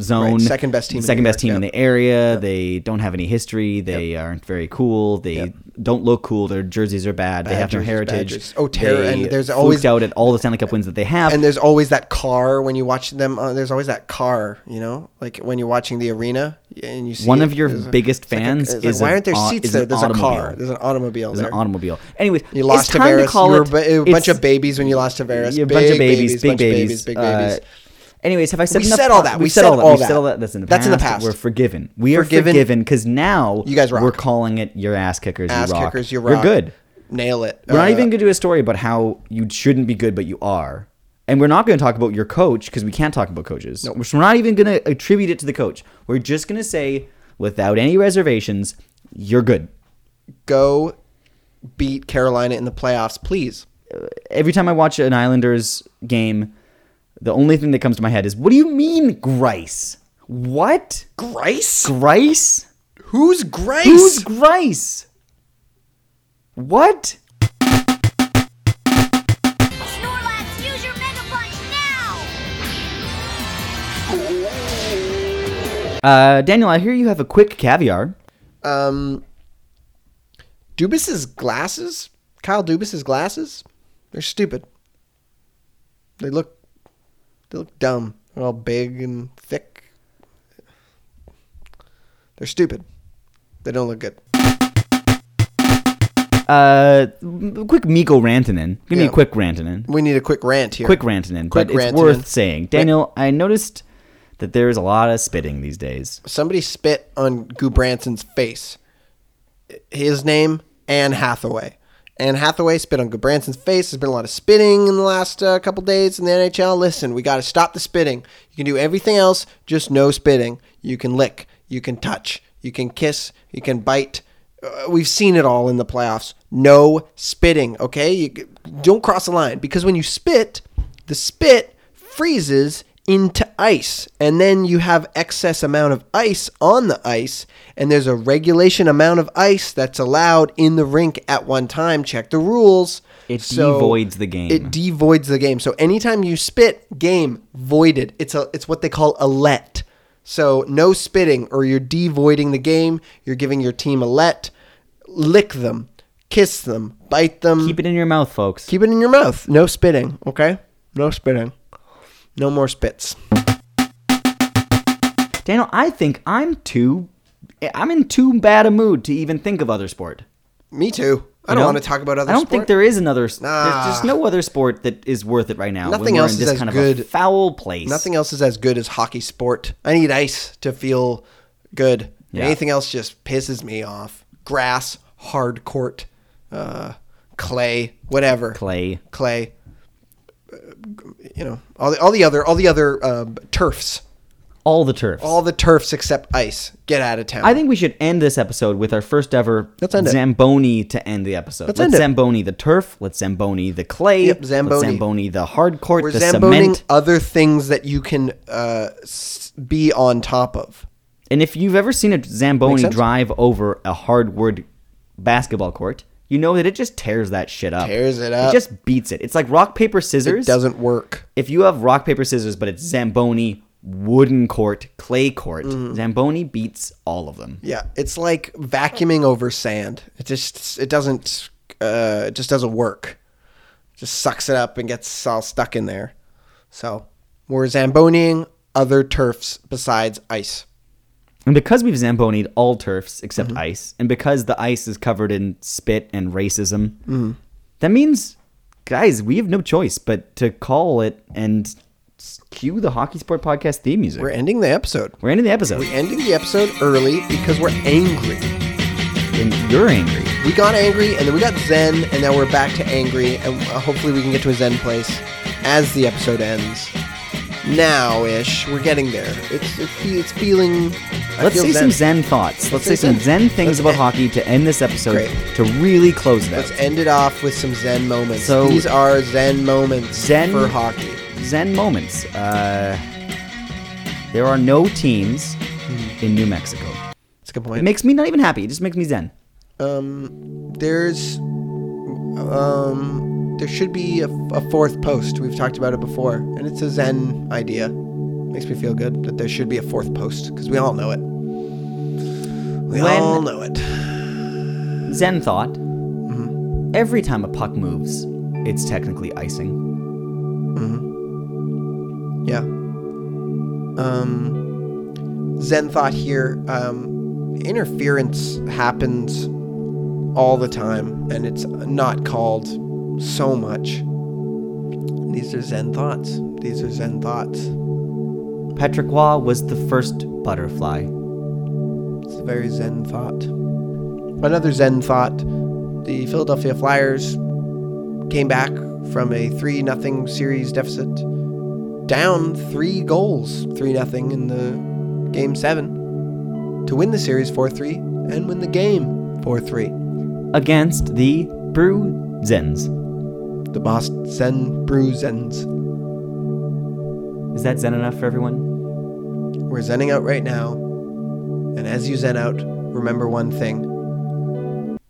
Speaker 2: zone.
Speaker 1: Right, second best team in the
Speaker 2: Second
Speaker 1: area,
Speaker 2: best team in
Speaker 1: yep.
Speaker 2: the area. They don't have any history. They aren't very cool. They don't look cool. Their jerseys are bad. they
Speaker 1: Bad
Speaker 2: have no
Speaker 1: jerseys, bad
Speaker 2: heritage.
Speaker 1: jerseys. Oh, terror-
Speaker 2: They
Speaker 1: and there's
Speaker 2: fluked
Speaker 1: always-
Speaker 2: out at all the Stanley Cup wins that they have.
Speaker 1: And there's always that car when you watch them. Uh, there's always that car, you know, like when you're watching the arena and you see
Speaker 2: One
Speaker 1: it,
Speaker 2: of your
Speaker 1: there's a-
Speaker 2: biggest
Speaker 1: it's like a-
Speaker 2: fans
Speaker 1: it's
Speaker 2: is
Speaker 1: why
Speaker 2: an
Speaker 1: aren't there
Speaker 2: au-
Speaker 1: seats
Speaker 2: is an
Speaker 1: there? There's a car.
Speaker 2: automobile.
Speaker 1: There's an automobile
Speaker 2: There's
Speaker 1: there.
Speaker 2: an automobile. Anyways,
Speaker 1: you lost
Speaker 2: it's time
Speaker 1: Tavares.
Speaker 2: to call
Speaker 1: you
Speaker 2: it.
Speaker 1: were a bunch
Speaker 2: it's-
Speaker 1: of babies when you lost Tavares.
Speaker 2: Yeah, a
Speaker 1: Big
Speaker 2: bunch of babies, big
Speaker 1: bunch of
Speaker 2: babies,
Speaker 1: big
Speaker 2: uh,
Speaker 1: babies.
Speaker 2: anyways, have I said
Speaker 1: We
Speaker 2: enough?
Speaker 1: said all that.
Speaker 2: We've
Speaker 1: We
Speaker 2: said,
Speaker 1: said
Speaker 2: all that.
Speaker 1: all
Speaker 2: We've
Speaker 1: that.
Speaker 2: said all that. That's in the past.
Speaker 1: That's in the past.
Speaker 2: We're forgiven. We are
Speaker 1: Forgiven.
Speaker 2: forgiven because now
Speaker 1: You guys rock.
Speaker 2: We're calling it your ass kickers.
Speaker 1: ass
Speaker 2: you rock.
Speaker 1: kickers. You
Speaker 2: We're
Speaker 1: rock.
Speaker 2: good.
Speaker 1: Nail it.
Speaker 2: We're not
Speaker 1: Uh,
Speaker 2: even going to do a story about how you shouldn't be good, but you are. And we're not going to talk about your coach because we can't talk about coaches. No. We're not even going to attribute it to the coach. We're just going to say, without any reservations, you're good.
Speaker 1: go beat Carolina in the playoffs, please.
Speaker 2: Every time I watch an Islanders game, the only thing that comes to my head is, what do you mean, Grice? What?
Speaker 1: Grice?
Speaker 2: Grice?
Speaker 1: Who's Grice?
Speaker 2: Who's Grice? What?
Speaker 5: Snorlax, use your Mega Punch now!
Speaker 2: Uh, Daniel, I hear you have a quick caviar.
Speaker 1: um Dubas's glasses? Kyle Dubas's glasses? They're stupid. They look they look dumb. They're all big and thick. They're stupid. They don't look good.
Speaker 2: Uh, quick Miko Rantanen. Give me
Speaker 1: Yeah.
Speaker 2: a quick Rantanen.
Speaker 1: We need a quick rant here.
Speaker 2: Quick Rantanen.
Speaker 1: Quick
Speaker 2: but it's
Speaker 1: Rantanen.
Speaker 2: worth saying. Daniel, I noticed that there is a lot of spitting these days.
Speaker 1: Somebody spit on Gubranson's face. His name, Anne Hathaway. Anne Hathaway spit on Gubranson's face. There's been a lot of spitting in the last uh, couple days in the NHL. Listen, we got to stop the spitting. You can do everything else, just no spitting. You can lick, you can touch, you can kiss, you can bite. Uh, we've seen it all in the playoffs. No spitting, okay? You, g- don't cross the line because when you spit, the spit freezes into ice and then you have excess amount of ice on the ice and there's a regulation amount of ice that's allowed in the rink at one time check the rules
Speaker 2: It devoids the game.
Speaker 1: it devoids the game so anytime you spit game voided it's a it's what they call a let so no spitting or you're devoiding the game you're giving your team a let lick them kiss them bite them
Speaker 2: Keep it in your mouth, folks.
Speaker 1: Keep it in your mouth. No spitting, okay? No spitting. No more spits.
Speaker 2: Daniel, I think I'm too. I'm in too bad a mood to even think of other sport.
Speaker 1: Me too. I don't
Speaker 2: You know?
Speaker 1: want to talk about other.
Speaker 2: I don't
Speaker 1: sport.
Speaker 2: think there is another. s-
Speaker 1: Nah.
Speaker 2: There's just no other sport that is worth it right now. when
Speaker 1: Nothing
Speaker 2: we're
Speaker 1: else is
Speaker 2: in this
Speaker 1: as
Speaker 2: kind of a
Speaker 1: good-
Speaker 2: foul place.
Speaker 1: Nothing else is as good as hockey sport. I need ice to feel good.
Speaker 2: Yeah.
Speaker 1: Anything else just pisses me off. Grass, hard court, uh, clay, whatever.
Speaker 2: Clay.
Speaker 1: Clay. Uh, You know, all the all the other all the other um, turfs,
Speaker 2: All the turfs.
Speaker 1: all the turfs except ice. Get out of town.
Speaker 2: I think we should end this episode with our first ever
Speaker 1: Let's end it.
Speaker 2: Zamboni to end the episode. Let's,
Speaker 1: Let's end it.
Speaker 2: Zamboni the turf. Let's Zamboni the clay.
Speaker 1: Yep,
Speaker 2: Let's
Speaker 1: Zamboni.
Speaker 2: Zamboni the hard court.
Speaker 1: we're
Speaker 2: the
Speaker 1: zamboning
Speaker 2: cement.
Speaker 1: other things that you can uh, s- be on top of.
Speaker 2: And if you've ever seen a
Speaker 1: Makes
Speaker 2: Zamboni
Speaker 1: sense.
Speaker 2: drive over a hardwood basketball court, you know that it just tears that shit up.
Speaker 1: Tears it up.
Speaker 2: It just beats it. It's like rock, paper,
Speaker 1: It
Speaker 2: scissors.
Speaker 1: doesn't work.
Speaker 2: If you have rock, paper, scissors, but it's Zamboni, wooden court, clay court, Zamboni beats all of them.
Speaker 1: Mm-hmm. Yeah, it's like vacuuming over sand. It just it doesn't uh, it just doesn't work. Just sucks it up and gets all stuck in there. So we're zamboning other turfs besides ice.
Speaker 2: And because we've Zambonied all turfs except
Speaker 1: Mm-hmm.
Speaker 2: ice, and because the ice is covered in spit and racism,
Speaker 1: Mm-hmm.
Speaker 2: that means, guys, we have no choice but to call it and s- cue the Hockey Sport Podcast theme music.
Speaker 1: We're ending the episode.
Speaker 2: We're ending the episode.
Speaker 1: We're ending the episode early because we're angry.
Speaker 2: and you're angry.
Speaker 1: We got angry and then we got zen and now we're back to angry and uh, hopefully we can get to a zen place as the episode ends. Now-ish, we're getting there. It's it's, it's feeling. I
Speaker 2: Let's
Speaker 1: feel
Speaker 2: say some Zen thoughts. Let's, say
Speaker 1: say
Speaker 2: some Zen,
Speaker 1: Zen.
Speaker 2: things
Speaker 1: Let's
Speaker 2: about
Speaker 1: end-
Speaker 2: hockey to end this episode
Speaker 1: Great.
Speaker 2: to really close that.
Speaker 1: Let's end it off with some Zen moments.
Speaker 2: So-
Speaker 1: These are Zen moments
Speaker 2: Zen-
Speaker 1: for hockey.
Speaker 2: Zen moments. Uh, there are no teams in New Mexico.
Speaker 1: That's a good
Speaker 2: It
Speaker 1: point.
Speaker 2: makes me not even happy. It just makes me Zen.
Speaker 1: There's, um, there should be a, a fourth post. We've talked about it before, and it's a Zen idea. Makes me feel good that there should be a fourth post because we all know it. We
Speaker 2: When-
Speaker 1: all know it.
Speaker 2: Zen thought. Every time a puck moves, it's technically icing.
Speaker 1: Yeah. Um, Zen thought here. Um, interference happens all the time, and it's not called so much. These are Zen thoughts. These are Zen thoughts.
Speaker 2: Petriqua was the first butterfly.
Speaker 1: It's a very Zen thought. Another Zen thought the Philadelphia Flyers came back from a 3 0 series deficit, down three goals, 3 0 in the game seven, to win the series 4 3 and win the game 4 3.
Speaker 2: Against the Brew Zens.
Speaker 1: The Boston Brew Zens.
Speaker 2: Is that Zen enough for everyone?
Speaker 1: We're zenning out right now. And as you zen out, remember one thing.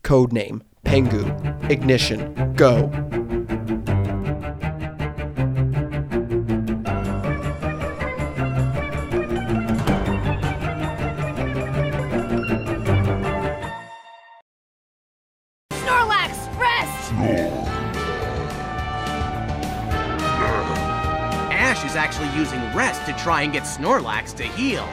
Speaker 1: Code name Pengu. Ignition. Go.
Speaker 5: Snorlax, rest!
Speaker 6: Ash is actually using rest to try and get Snorlax to heal.